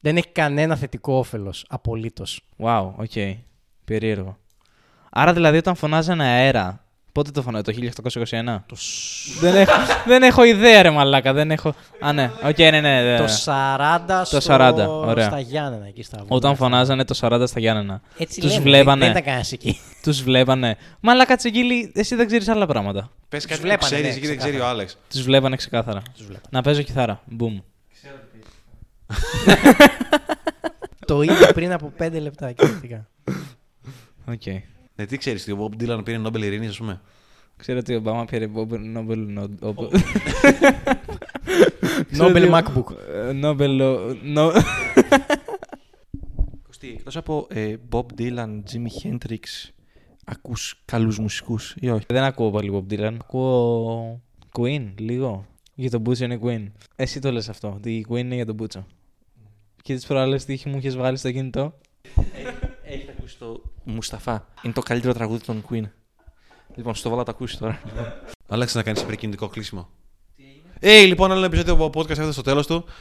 Δεν έχει κανένα θετικό όφελος. Απολύτως.
Wow, οκ. Περίεργο. Άρα δηλαδή όταν φωνάζανε αέρα. Πότε το φωνάζανε, το 1821. δεν, έχω, δεν έχω ιδέα, ρε Μαλάκα. Δεν έχω. Α, ναι. Οκ, ναι, ναι. ναι.
Το 40, στο...
40, ωραία.
στα Γιάννενα εκεί στα βουνά.
Όταν φωνάζανε το 40 στα Γιάννενα.
Έτσι
τους
λένε,
βλέπανε.
Δεν ήταν κανένα εκεί.
Τους βλέπανε. Μαλάκα τσιγκίλη, εσύ δεν ξέρεις άλλα πράγματα.
Πες κάτι που
βλέπανε,
ξέρεις
ναι,
εκεί δεν
ξεκάθαρα.
ξέρει ο Άλεξ.
Τους βλέπανε ξεκάθαρα. Να παίζω κιθάρα. Μπούμ.
το είδα πριν από 5 λεπτά κυριολεκτικά.
Οκ.
Ναι, τι ξέρεις, ότι ο Bob Dylan πήρε Νόμπελ Ειρήνης, ας πούμε.
Ξέρω ότι ο Ομπάμα πήρε Νόμπελ.
Νόμπελ MacBook.
Νόμπελ.
Κωστή, εκτός από ε, Bob Dylan, Jimi Hendrix, ακούς καλούς μουσικούς ή όχι.
Δεν ακούω πολύ Bob Dylan. Ακούω Queen λίγο. Για τον Μπούτσο είναι Queen. Εσύ το λες αυτό, ότι η Queen είναι για τον Μπούτσο. Και τις προάλλες τι είχε- μου είχες βγάλει στο κινητό.
Έχετε ακούσει το Μουσταφά. Είναι το καλύτερο τραγούδι των Queen. Λοιπόν, στο βάλα το ακούσεις τώρα.
Άλλαξε να κάνεις υπερκινητικό κλείσιμο. Ε, λοιπόν, άλλο ένα επεισόδιο από podcast έφτασε στο τέλος του.